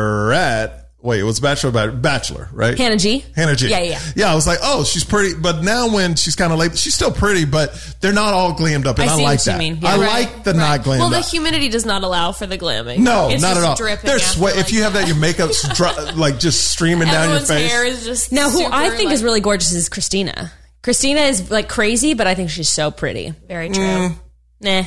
D: Bachelorette Wait, it was Bachelor, Ba- Bachelor, right?
E: Hannah G.
D: Hannah G.
E: Yeah, yeah, yeah.
D: Yeah, I was like, oh, she's pretty. But now when she's kind of late, she's still pretty, but they're not all glammed up. And
E: I
D: I,
E: see
D: like
E: what you
D: that.
E: mean. Yeah.
D: I
E: Right,
D: like the not glammed
F: Well, the
D: up.
F: humidity does not allow for the glamming.
D: No,
F: It's
D: not
F: just
D: at all.
F: Dripping
D: There's
F: after,
D: sweat.
F: like,
D: if you have that, your makeup's dry, like just streaming down your
F: everyone's
D: face.
F: hair is just
E: Now, who I
F: super,
E: think is
F: like-
E: really gorgeous is Christina. Christina is like crazy, but I think she's so pretty.
F: very true.
D: Mm.
E: Nah.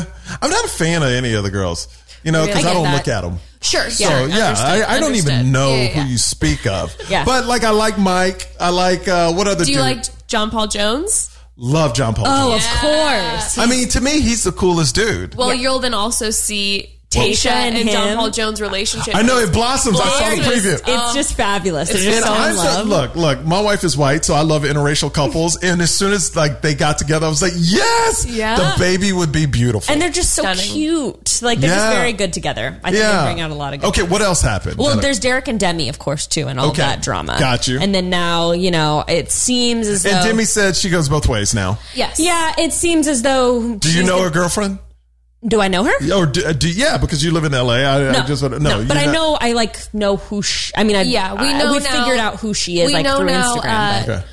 D: nah, I'm not a fan of any of the girls. You know, because
E: I
D: I,
E: get
D: don't
E: that.
D: look at them.
F: Sure.
D: So yeah, I, I don't even know who you speak of.
E: Yeah.
D: But like, I like Mike. I like uh, what other
F: Do you
D: dude?
F: like John Paul Jones?
D: Love John Paul.
E: Oh,
D: Jones.
E: of course.
D: I mean, to me, he's the coolest dude.
F: Well, you'll then also see Tasha
E: and
F: and, John
E: him.
F: Paul Jones' relationship.
D: I know it blossoms. I saw the
E: It's
D: preview.
E: just,
F: Oh.
E: it's just fabulous. They're just
D: And
E: so
D: I'm
E: in
D: so-
E: love.
D: look, look, my wife is white, so I love interracial couples. and as soon as like they got together, I was like, yes,
F: Yeah.
D: the baby would be beautiful.
E: and they're just so
F: Stunning.
E: cute. Like they're just
D: Yeah.
E: very good together. I think
D: yeah,
E: they bring out a lot of good.
D: Okay, what else happened?
E: Well,
D: That-
E: there's Derek and Demi, of course, too, and all
D: Okay.
E: that drama.
D: Got you.
E: And then now, you know, it seems as though.
D: And Demi said she goes both ways now.
F: yes.
E: Yeah, it seems as though.
D: Do you know her girlfriend?
E: Do I know her?
D: Or do, do yeah, because you live in L.A. I, I just want to no,
E: but
D: you're
E: I
D: not-
E: know I like know who. She, I mean, I,
F: Yeah, we
E: I-
F: know
E: we
F: now-
E: figured out who she is
F: we
E: like
F: know
E: through
F: now,
E: Instagram. but-
F: uh,
D: Okay.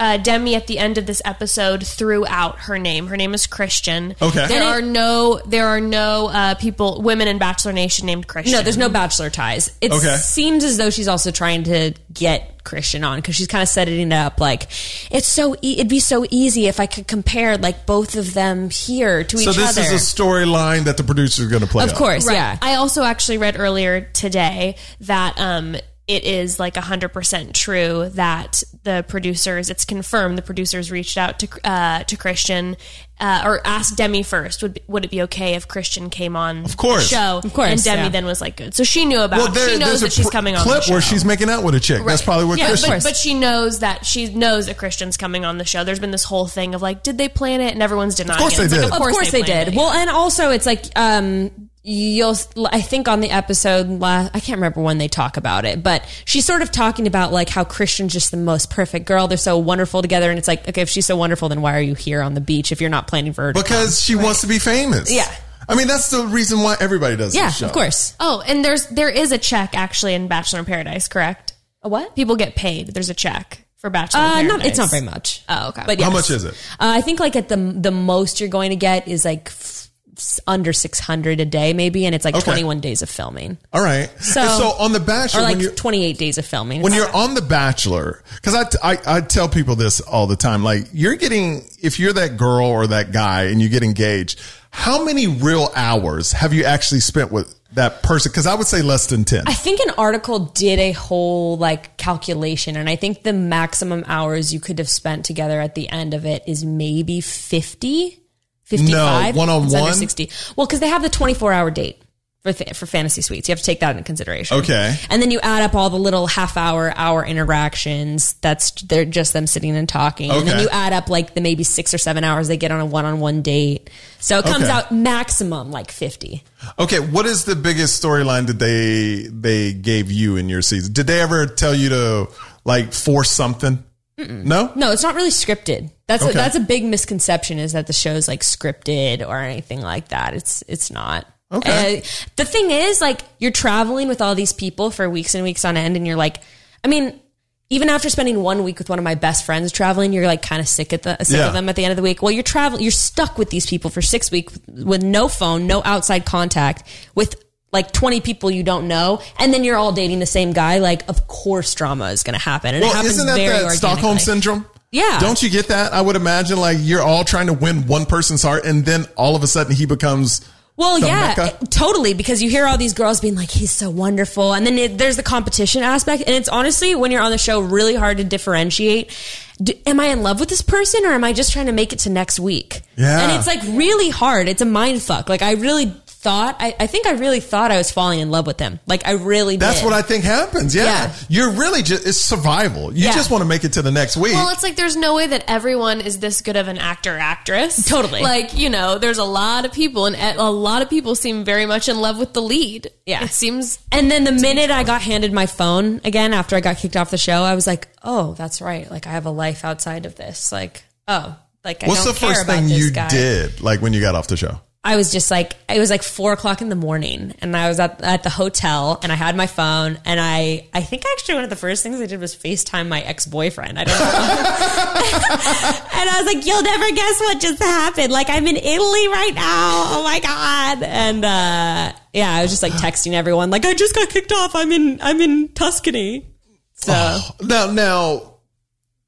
F: uh, Demi at the end of this episode threw out her name. Her name is Christian.
D: Okay. And
F: There are no there are no uh, people women in Bachelor Nation named Christian.
E: no, there's no bachelor ties. It
D: Okay.
E: seems as though she's also trying to get Christian on because she's kind of setting it up like it's so e- it'd be so easy if I could compare like both of them here to
D: So
E: each
D: this
E: other.
D: is a storyline that the producer's going to play.
E: of
D: up.
E: course,
F: Right.
E: yeah.
F: I also actually read earlier today that um, it is like 100% true that the producers, it's confirmed the producers reached out to uh, to Christian uh, or asked Demi first, would would it be okay if Christian came on of
D: course.
F: the show?
E: Of course,
F: And Demi
E: yeah.
F: then was like, good. So she knew about
D: Well, there-
F: She knows
D: there's a
F: that she's
D: pr-
F: coming on
D: clip
F: the show.
D: where she's making out with a chick. That's probably what
F: yeah,
D: Christian.
F: but, but she knows that she knows that Christian's coming on the show. There's been this whole thing of like, did they plan it? And everyone's denying
D: course
F: it.
D: they
F: It's like,
D: did.
E: of course, they,
F: planned
E: did.
F: it.
E: Well, and also it's like um you'll I think on the episode la I can't remember when they talk about it, but she's sort of talking about like how Christian's just the most perfect girl. They're so wonderful together and it's like okay, if she's so wonderful then why are you here on the beach if you're not planning for her? to-
D: because she wants to be famous.
E: Yeah.
D: I mean that's the reason why everybody does.
E: yeah,
D: this show.
E: of course.
F: Oh, and there's there is a check actually in Bachelor in Paradise, correct?
E: A what?
F: People get paid. There's a check for Bachelor.
E: Uh,
F: in Paradise.
E: not, it's not very much.
F: Oh, okay.
E: But
D: How
E: yes.
D: much is it?
E: Uh, I think like at the the most you're going to get is like f- s- under 600 a day maybe and it's like
D: Okay.
E: 21 days of filming
D: All right.
E: So-
D: And so on the
E: or
D: Bachelor, when you
E: like 28 days of filming.
D: when you're on the bachelor because I, I, I tell people this all the time like you're getting if you're that girl or that guy and you get engaged how many real hours have you actually spent with that person because i would say less than 10
E: I think an article did a whole like calculation, and I think the maximum hours you could have spent together at the end of it is maybe 50, 55.
D: No, one-on-one?
E: It's under 60. Well, because they have the 24 hour date for, fa- for fantasy suites. You have to take that into consideration.
D: Okay.
E: And then you add up all the little half hour, hour interactions. That's they're just them sitting and talking. And then
D: Okay.
E: you add up like the maybe six or seven hours they get on a one on one date. So it comes
D: Okay.
E: out maximum like 50.
D: okay what is the biggest storyline that they they gave you in your season did they ever tell you to like force something no
E: No, it's not really scripted. That's a,
D: Okay.
E: that's a big misconception is that the show's like scripted or anything like that. It's it's not.
D: Okay.
E: Uh, the thing is, like, you're traveling with all these people for weeks and weeks on end, and you're like, I mean, even after spending one week with one of my best friends traveling, you're like kind of sick at the sick
D: Yeah.
E: of them at the end of the week. Well, you're traveling, you're stuck with these people for six weeks with no phone, no outside contact, with like 20 people you don't know, and then you're all dating the same guy. Like, of course, drama is going to happen, and it
D: well
E: happens
D: isn't that
E: very
D: that
E: organically.
D: stockholm syndrome
E: Yeah.
D: Don't you get that? I would imagine like you're all trying to win one person's heart and then all of a sudden he becomes
E: Well,
D: the
E: yeah,
D: Mecca.
E: it- totally. Because you hear all these girls being like, "He's so wonderful," and then it, there's the competition aspect, and it's honestly when you're on the show, really hard to differentiate. D am I in love with this person, or am I just trying to make it to next week?
D: Yeah.
E: and it's like really hard. It's a mind fuck. Like I really thought, I, I think I really thought I was falling in love with him. Like I really.
D: That's
E: did.
D: what I think happens. Yeah.
E: Yeah.
D: You're really just it's survival. You
E: Yeah.
D: just want to make it to the next week.
F: Well, it's like there's no way that everyone is this good of an actor or actress.
E: Totally.
F: Like, you know, there's a lot of people and a lot of people seem very much in love with the lead.
E: Yeah.
F: It seems
E: And then the minute I got handed my phone again after I got kicked off the show, I was like, "Oh, that's right. Like I have a life outside of this. Like, oh, like I
D: What's the
E: don't care
D: first
E: about
D: thing
E: this
D: you
E: guy.
D: did like when you got off the show?
E: I was just like, it was like four o'clock in the morning, and I was at, at the hotel, and I had my phone, and I, I think actually one of the first things I did was FaceTime my ex boyfriend. I don't know, and I was like, "You'll never guess what just happened. Like I'm in Italy right now. Oh my god!" And uh, yeah, I was just like texting everyone, like, "I just got kicked off. I'm in, I'm in Tuscany." So
F: Oh,
D: Now now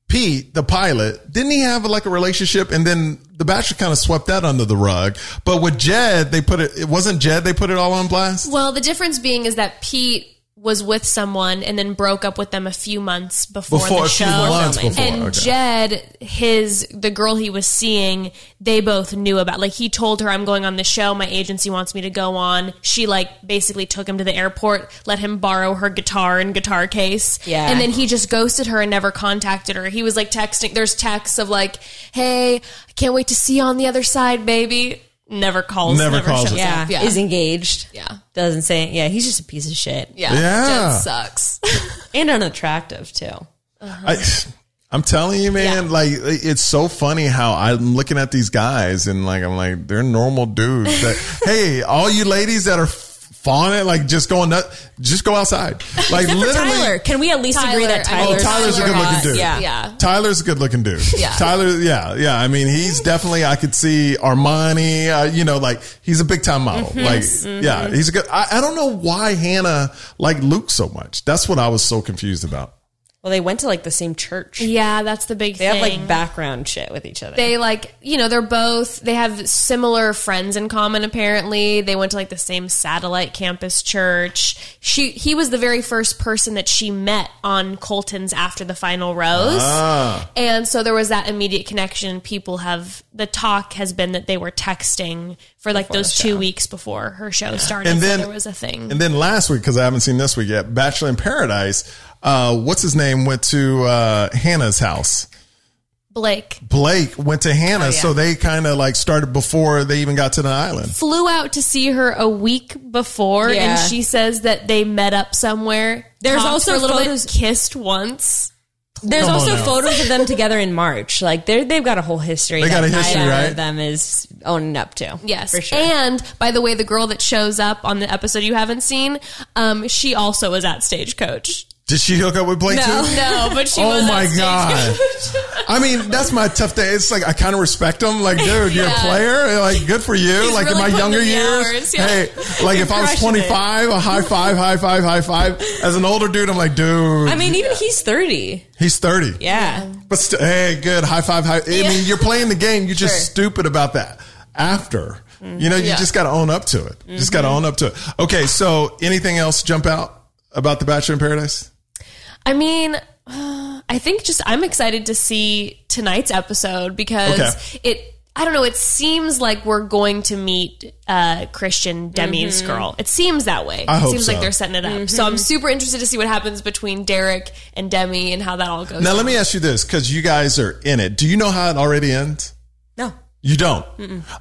D: Pete, the pilot, didn't he have like a relationship and then the Bachelor kind of swept that under the rug. But with Jed, they put it it wasn't Jed they put it all on blast?
F: well, the difference being is that Pete was with someone and then broke up with them a few months before,
D: Before-
F: the
D: a
F: show.
D: few months before,
F: and
D: okay.
F: Jed, his the girl he was seeing, they both knew about. Like he told her, "I'm going on the show. My agency wants me to go on." She like basically took him to the airport, let him borrow her guitar and guitar case,
E: Yeah.
F: and then he just ghosted her and never contacted her. He was like texting. There's texts of like, "Hey, I can't wait to see you on the other side, baby." Never calls.
D: Never calls.
F: shows
E: yeah,
F: up. Yeah.
E: is engaged.
F: Yeah.
E: doesn't say. Yeah, he's just a piece of shit
F: yeah.
D: Yeah.
F: Jed sucks.
E: and unattractive too.
D: I, I'm telling you, man,
F: Yeah.
D: like it's so funny how I'm looking at these guys and like I'm like they're normal dudes. That, hey, all you ladies that are fawning, like just going nut, just go outside. Like
E: Except for
D: literally,
E: Tyler. Can we at least agree that
F: Tyler-
E: Tyler's,
D: Oh, Tyler's a
F: Tyler
D: good-looking
F: Ross.
D: dude.
E: Yeah.
F: Yeah.
D: Tyler's a good looking dude.
F: Yeah.
D: Tyler, yeah, yeah. I mean, he's definitely, I could see Armani, uh, you know, like he's a big time model.
E: Mm-hmm.
D: Like, yeah, he's a good, I, I don't know why Hannah liked Luke so much. That's what I was so confused about.
E: Well, they went to like the same church.
F: Yeah, that's the big
E: They
F: thing.
E: have like background shit with each other.
F: they like you know they're both they have similar friends in common apparently they went to like the same satellite campus church she he was the very first person that she met on colton's after the final rose
D: Ah.
F: and so there was that immediate connection people have the talk has been that they were texting for like those two weeks before her show started
D: And
F: so
D: then-
F: there was a thing
D: And then last week, because I haven't seen this week yet, Bachelor in Paradise, uh, what's his name went to uh, Hannah's house.
F: blake
D: Blake went to Hannah,
F: Oh, yeah.
D: so they kind of like started before they even got to the island.
F: flew out to see her a week before,
E: Yeah.
F: and she says that they met up somewhere.
E: There's
F: talked
E: also
F: for a little
E: photos-
F: bit, kissed once.
E: There's
D: Come on
E: also
D: now.
E: photos of them together in March. Like they they've got a whole history.
D: They got
E: that
D: a history,
E: neither
D: right?
E: Of them is owning up to.
F: Yes,
E: for sure.
F: and by the way, the girl that shows up on the episode you haven't seen, um, she also was at Stagecoach.
D: Did she hook up with Blake too?
F: No, but she.
D: Oh
F: was
D: my
F: at
D: god!
F: Stagecoach.
D: I mean, that's my tough thing. It's like I kind of respect him. Like, dude, you're a
F: Yeah.
D: player. Like, good for you.
F: He's
D: like in
F: really
D: my
F: putting
D: younger
F: in the
D: years,
F: hours, yeah.
D: hey, like if I was
E: Crushing it.
D: 25, a high five, high five, high five. As an older dude, I'm like, dude,
E: I mean, even he's thirty.
D: he's 30.
E: Yeah.
D: But st- hey, good high five. High- I mean, you're playing the game. You're just
F: Sure.
D: stupid about that. After you know, you
F: Yeah.
D: just got to own up to it. Just got to own up to it. Okay, so anything else jump out about the Bachelor in Paradise?
F: I mean, uh, I think just I'm excited to see tonight's episode because
D: Okay.
F: it. I don't know. It seems like we're going to meet uh, Christian Demi's girl. It seems that way.
D: I
F: it
D: hope
F: seems
D: so.
F: like they're setting it up. So I'm super interested to see what happens between Derek and Demi and how that all goes.
D: Now let me ask you this, because you guys are in it. Do you know how it already ends?
E: No.
D: You don't.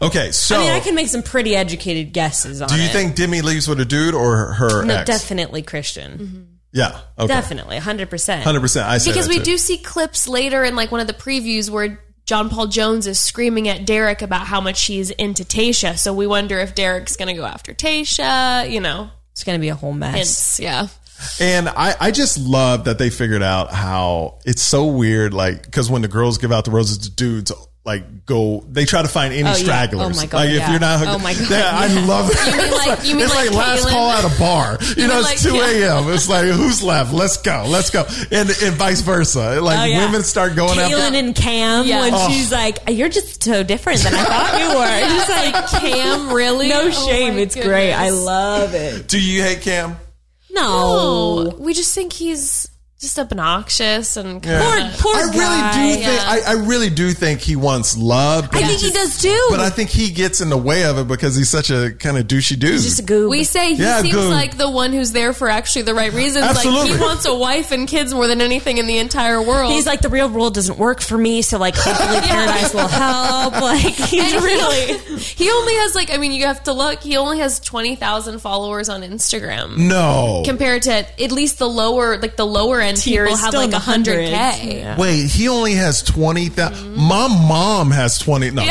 D: Okay, so
E: I mean, I can make some pretty educated guesses on.
D: do you
E: it.
D: think Demi leaves with a dude or her
E: No,
D: ex?
E: definitely Christian.
D: Yeah, okay,
E: Definitely, hundred percent.
D: hundred percent. I say
F: because
D: that
F: we
D: too.
F: do see clips later in like one of the previews where John Paul Jones is screaming at Derek about how much he's into Tasha. So we wonder if Derek's going to go after Tasha. You know,
E: It's gonna be a whole mess.
F: hints. Yeah.
D: And I, I just love that they figured out how it's so weird. Like, because when the girls give out the roses, the dudes like go. They try to find any
E: yeah.
D: stragglers.
E: Oh, my God,
D: Like if
E: yeah.
D: you're not,
E: Oh, my God,
D: Yeah, I love it.
F: mean
D: It's
F: like- you mean
D: it's
F: like
D: like, last
F: Caitlyn?
D: call at a bar. You, know,
F: mean
D: it's
F: like-
D: two
F: yeah.
D: a.m. It's like who's left? Let's go, let's go, and and vice versa. Like
E: Oh, yeah.
D: women start going
E: Caitlin
D: after.
E: and Cam
F: Yeah.
E: when
F: Oh.
E: she's like, "You're just so different than I thought you were." Just like
F: Cam, really?
E: no
F: Oh,
E: shame.
F: my
E: it's great. I
F: goodness.
E: love it.
D: Do you hate Cam?
E: No,
F: Oh, we just think he's just obnoxious and
E: poor poor
D: I
E: guy.
D: really do think I, I really do think he wants love.
E: I think he does too.
D: But I think he gets in the way of it because he's such a kind of douchey dude.
E: just a goob.
F: We say he
D: Yeah,
F: seems
D: good.
F: like the one who's there for actually the right reasons. Like
D: Absolutely.
F: he wants a wife and kids more than anything in the entire world.
E: He's like the real world doesn't work for me, so like hopefully paradise will help. Like he's
F: And he-
E: really
F: he only has like I mean you have to look. He only has twenty thousand followers on Instagram.
D: no.
F: Compared to at least the lower, like the lower end
E: Tier is
F: people have
E: still in
F: like
E: the
F: hundred
E: hundreds.
F: k.
D: Wait, he only has 20,000.
E: Mm-hmm.
D: My mom has 20. No.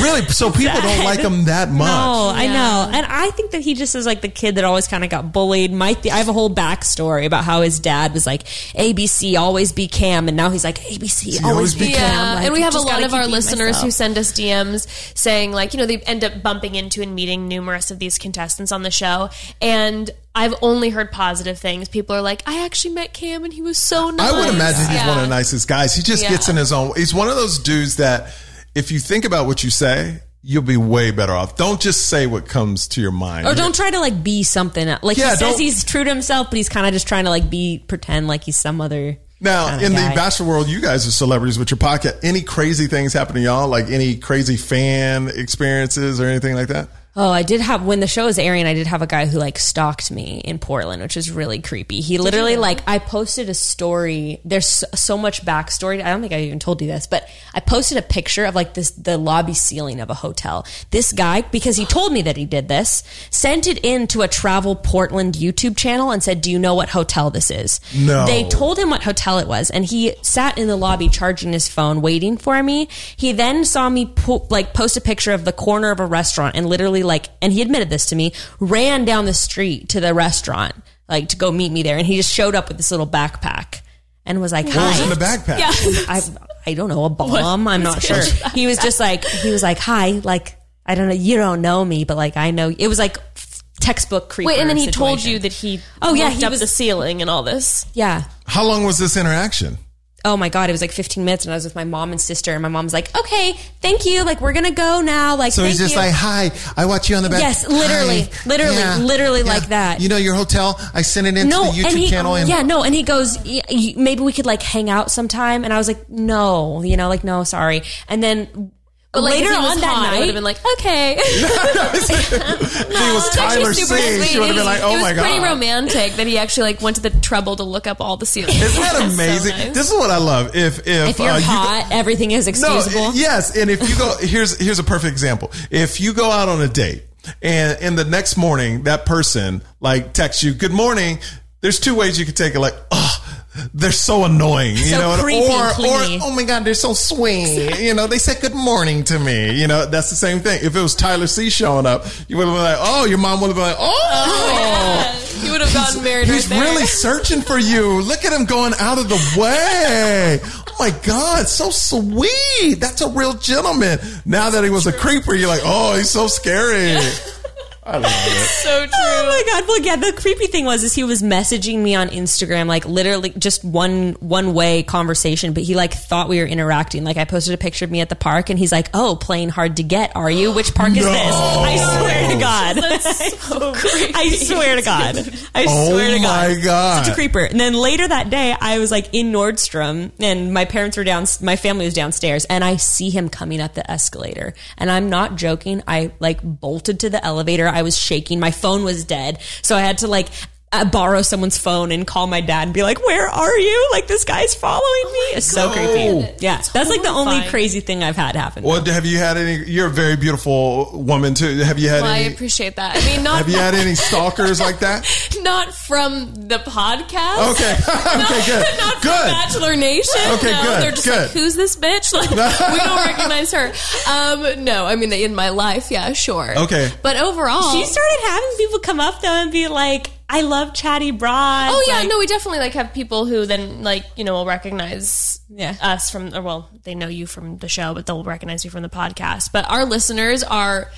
D: really? So people don't like him that much.
E: No, Oh, I
F: Yeah.
E: know. And I think that he just is like the kid that always kind of got bullied. My th- I have a whole backstory about how his dad was like ABC always be Cam, and now he's like ABC always, be Cam.
F: Yeah,
E: Like,
F: and we have a
E: just
F: lot
E: gotta
F: of our
E: keep being
F: listeners
E: myself.
F: who send us DMs saying like, you know, they end up bumping into and meeting numerous of these contestants on the show, and I've only heard positive things. People are like, I actually met Cam and he was so nice.
D: I would imagine he's
F: Yeah.
D: one of the nicest guys. He just
F: Yeah.
D: gets in his own. He's one of those dudes that if you think about what you say, you'll be way better off. Don't just say what comes to your mind.
E: Or don't try to like be something. else. Like
D: Yeah,
E: he says
D: don't-
E: he's true to himself, but he's kind of just trying to like be pretend like he's some other.
D: Now,
E: kinda
D: in
E: guy.
D: the Bachelor world, you guys are celebrities with your podcast. Any crazy things happen to y'all? Like any crazy fan experiences or anything like that?
E: Oh, I did have when the show was airing. I did have a guy who like stalked me in Portland, which was really creepy. He literally like I posted a story. There's so, so much backstory. I don't think I even told you this, but I posted a picture of like this the lobby ceiling of a hotel. This guy because he told me that he did this, sent it in to a travel Portland YouTube channel and said, "Do you know what hotel this is?"
D: No.
E: They told him what hotel it was, and he sat in the lobby charging his phone, waiting for me. He then saw me po- like post a picture of the corner of a restaurant, and literally like, and he admitted this to me, ran down the street to the restaurant like to go meet me there, and he just showed up with this little backpack and was like,
D: What was
E: "Hi."
D: in the backpack?
E: I I don't know a bomb. I'm not sure. He was just like he was like, "Hi, like I don't know, you don't know me, but like I know." It was like f- textbook creeper.
F: Wait, and then he told
E: situation.
F: you that he
E: Oh, yeah,
F: looked
E: he
F: up
E: was-
F: the ceiling and all this.
E: yeah.
D: How long was this interaction?
E: oh my god, it was like 15 minutes, and I was with my mom and sister, and my mom's like, okay, thank you, like we're gonna go now, like
G: So
E: thank
G: he's just
E: you.
G: like, "Hi, I watch you on the back."
E: Yes, literally,
G: Hi.
E: literally, literally like that.
G: You know your hotel? I sent it into
E: no,
G: the YouTube
E: and he,
G: channel, and
E: yeah, no, and he goes, "Y- y- maybe we could like hang out sometime, and I was like, no, you know, like no, sorry, and then. But
F: like, if
E: later
F: he was
E: on that
F: hot, I
E: night,
F: would've been like,
E: okay.
D: It was Tyler
F: Actually, super
D: C.
F: sweet.
D: She would have
F: It
D: been like,
F: was-
D: "Oh my
F: It was pretty
D: god."
F: romantic that he actually like went to the trouble to look up all the ceilings.
D: Isn't that amazing? This is what I love. If if,
E: if you're
D: uh, you go-
E: hot, everything is excusable.
D: No, yes, and if you go here's here's a perfect example. If you go out on a date and and the next morning that person like texts you, "Good morning." There's two ways you could take it. Like, oh, they're so annoying, you
E: So
D: know, and-
E: creepy and clingy.
D: or oh my god, they're so sweet. You know, they said good morning to me. You know, that's the same thing. If it was Tyler C showing up, you would have been like, oh, your mom would have been like, oh.
F: you would have gotten married
D: He's
F: right there.
D: really searching for you. Look at him going out of the way. Oh my God, so sweet. That's a real gentleman. Now that he was a creeper, you're like, oh, he's so scary. I love it.
F: so true.
E: Oh my god! Well, yeah. The creepy thing was is he was messaging me on Instagram, like literally just one one way conversation. But he like thought we were interacting. Like I posted a picture of me at the park, and he's like, "Oh, playing hard to get, are you? Which park is
D: No.
E: this? I swear to God, I swear to God, I
D: Oh
E: swear to God,
D: my God.
E: such a creeper." And then later that day, I was like in Nordstrom, and my parents were down, my family was downstairs, and I see him coming up the escalator, and I'm not joking. I like bolted to the elevator. I was shaking. My phone was dead, so I had to like. uh borrow someone's phone and call my dad and be like, "Where are you? Like this guy's following
F: Oh
E: me." It's so creepy. Yeah, that's like the only
F: horrifying.
E: crazy thing I've had happen.
D: Oh, Well, have you had any? You're a very beautiful woman, too. Have you had
F: Well, I
D: any?
F: appreciate that. I mean, not
D: Have you had any stalkers like that?
F: not from the podcast.
D: Okay. okay, good.
F: Not from
D: good.
F: Bachelor Nation.
D: Okay,
F: no,
D: good,
F: They're just
D: good.
F: like, who's this bitch? Like, we don't recognize her. Um, no, I mean, in my life, yeah, sure.
D: Okay.
F: But overall,
E: she started having people come up though and be like, I love chatty broad.
F: Oh yeah,
E: like-
F: no, we definitely like have people who then like you know will recognize
E: Yeah. Uh,
F: us from or well they know you from the show, but they'll recognize you from the podcast. But our listeners are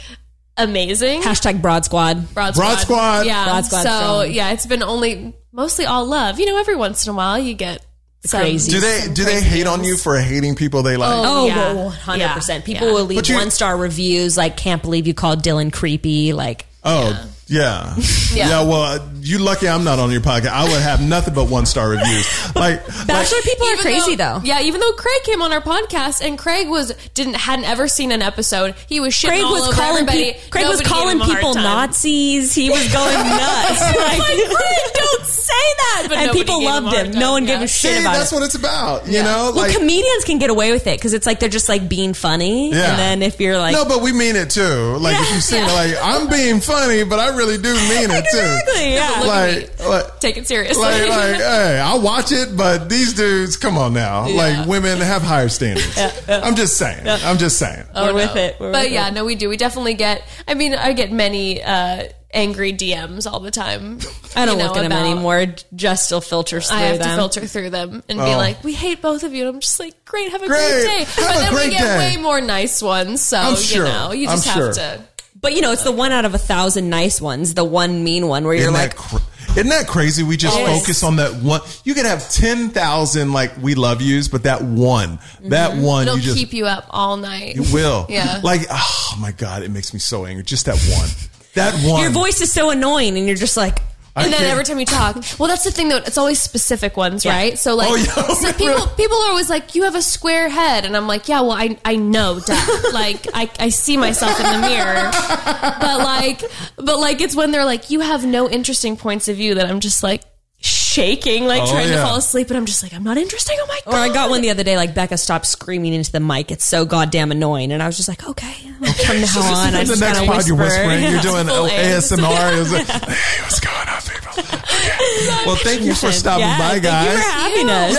F: amazing.
E: Hashtag broad squad.
F: Broad
D: Broad Squad.
F: yeah.
E: Broad Squad's
F: so
E: strong.
F: yeah, it's been only mostly all love. You know, every once in a while you get some,
E: crazies.
D: Do they do they hate on you for hating people they like?
E: Oh,
F: Yeah.
E: well, 100%.
F: Yeah.
E: People
F: Yeah.
E: will leave
D: But you-
E: one star reviews like, can't believe you called Dylan creepy. Like,
D: Oh, yeah. Yeah.
F: Yeah.
D: well, you lucky I'm not on your podcast. I would have nothing but one star reviews. Like, like
E: Bachelor people are
F: Even
E: crazy, though.
F: Yeah, even though Craig came on our podcast and Craig was didn't hadn't ever seen an episode, he was shitting
E: Craig
F: all
E: was
F: over
E: calling,
F: everybody.
E: pe- Craig
F: Nobody
E: was
F: gave
E: calling
F: him a hard
E: people
F: time.
E: Nazis. He was going nuts. like, Craig, don't say that.
F: But
E: and
F: nobody gave
E: people
F: him
E: loved
F: a hard
E: him.
F: time.
E: No one gave
F: Yeah.
E: a
D: see,
E: shit about
D: that's
E: it.
D: what it's about. You know,
E: well,
D: like
E: comedians can get away with it because it's like they're just like being funny.
D: Yeah.
E: And then if you're like,
D: no, but we mean it too. Like if you sing, it, like I'm being funny, but I really do mean it too.
E: exactly, yeah.
D: Like, like,
F: Take it seriously.
D: like, like, hey, I watch it, but these dudes, come on now. Like, women have higher standards. I'm just saying. I'm just saying.
E: we're with it. We're with
F: but
E: it.
F: yeah, no, we do. We definitely get. I mean, I get many uh, angry DMs all the time.
E: I don't
F: you know,
E: look at them
F: about-
E: anymore. Just still filters through
F: I have
E: them.
F: to filter through them and be like, "We hate both of you." And I'm just like, "Great, have a great,
D: Oh. Great.
F: day."
D: Have
F: but
D: a
F: then
D: great
F: we get
D: day.
F: way more nice ones. So
D: I'm sure.
F: you know, you just
D: I'm sure.
F: have to.
E: But you know, it's the one out of a thousand nice ones, the one mean one where you're
D: Isn't
E: like,
D: that cra- isn't that crazy? We just
E: Always.
D: focus on that one. You could have ten thousand like we love yous, but that one, that
E: Mm-hmm.
D: one,
F: It'll
D: you just
F: keep you up all night.
D: it will.
F: Yeah.
D: Like, oh my god, it makes me so angry. Just that one. That one.
E: your voice is so annoying, and you're just like,
D: I
F: and then
D: can't-
F: every time you talk, well, that's the thing though. It's always specific ones, right? So like,
D: Oh, yeah, I
F: so
D: remember.
F: people people are always like, "You have a square head," and I'm like, "Yeah, well, I I know, duh. like I I see myself in the mirror, but like, but like, it's when they're like, "You have no interesting points of view," that I'm just like shaking, like
D: Oh,
F: trying
D: yeah.
F: to fall asleep, and I'm just like, "I'm not interesting." Oh my god!
E: Or I got one the other day, like Becca stopped screaming into the mic. It's so goddamn annoying. And I was just like, okay, from now on, I
D: the
E: just
D: next
E: gotta
D: pod
E: whisper.
D: you're whispering, you're doing
F: Full airs.
D: ASMR. It's like, hey, what's going on, people? Okay. Well, thank you for stopping
E: Yeah,
D: by,
E: thank you
D: guys.
E: for having us.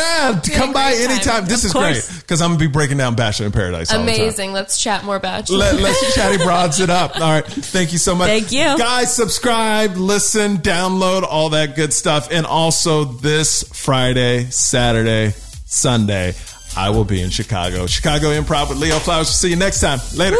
D: Yeah, come by
F: great time.
D: anytime. This is
E: course.
D: great because I'm gonna be breaking down Bachelor in Paradise. all the time.
F: Amazing. Let's chat more about you.
D: Let, let's chatty broads it up. All right. Thank you so much.
E: Thank you.
D: Guys, subscribe, listen, download, all that good stuff. And also this Friday, Saturday, Sunday, I will be in Chicago. Chicago Improv with Leo Flowers. We'll see you next time. Later.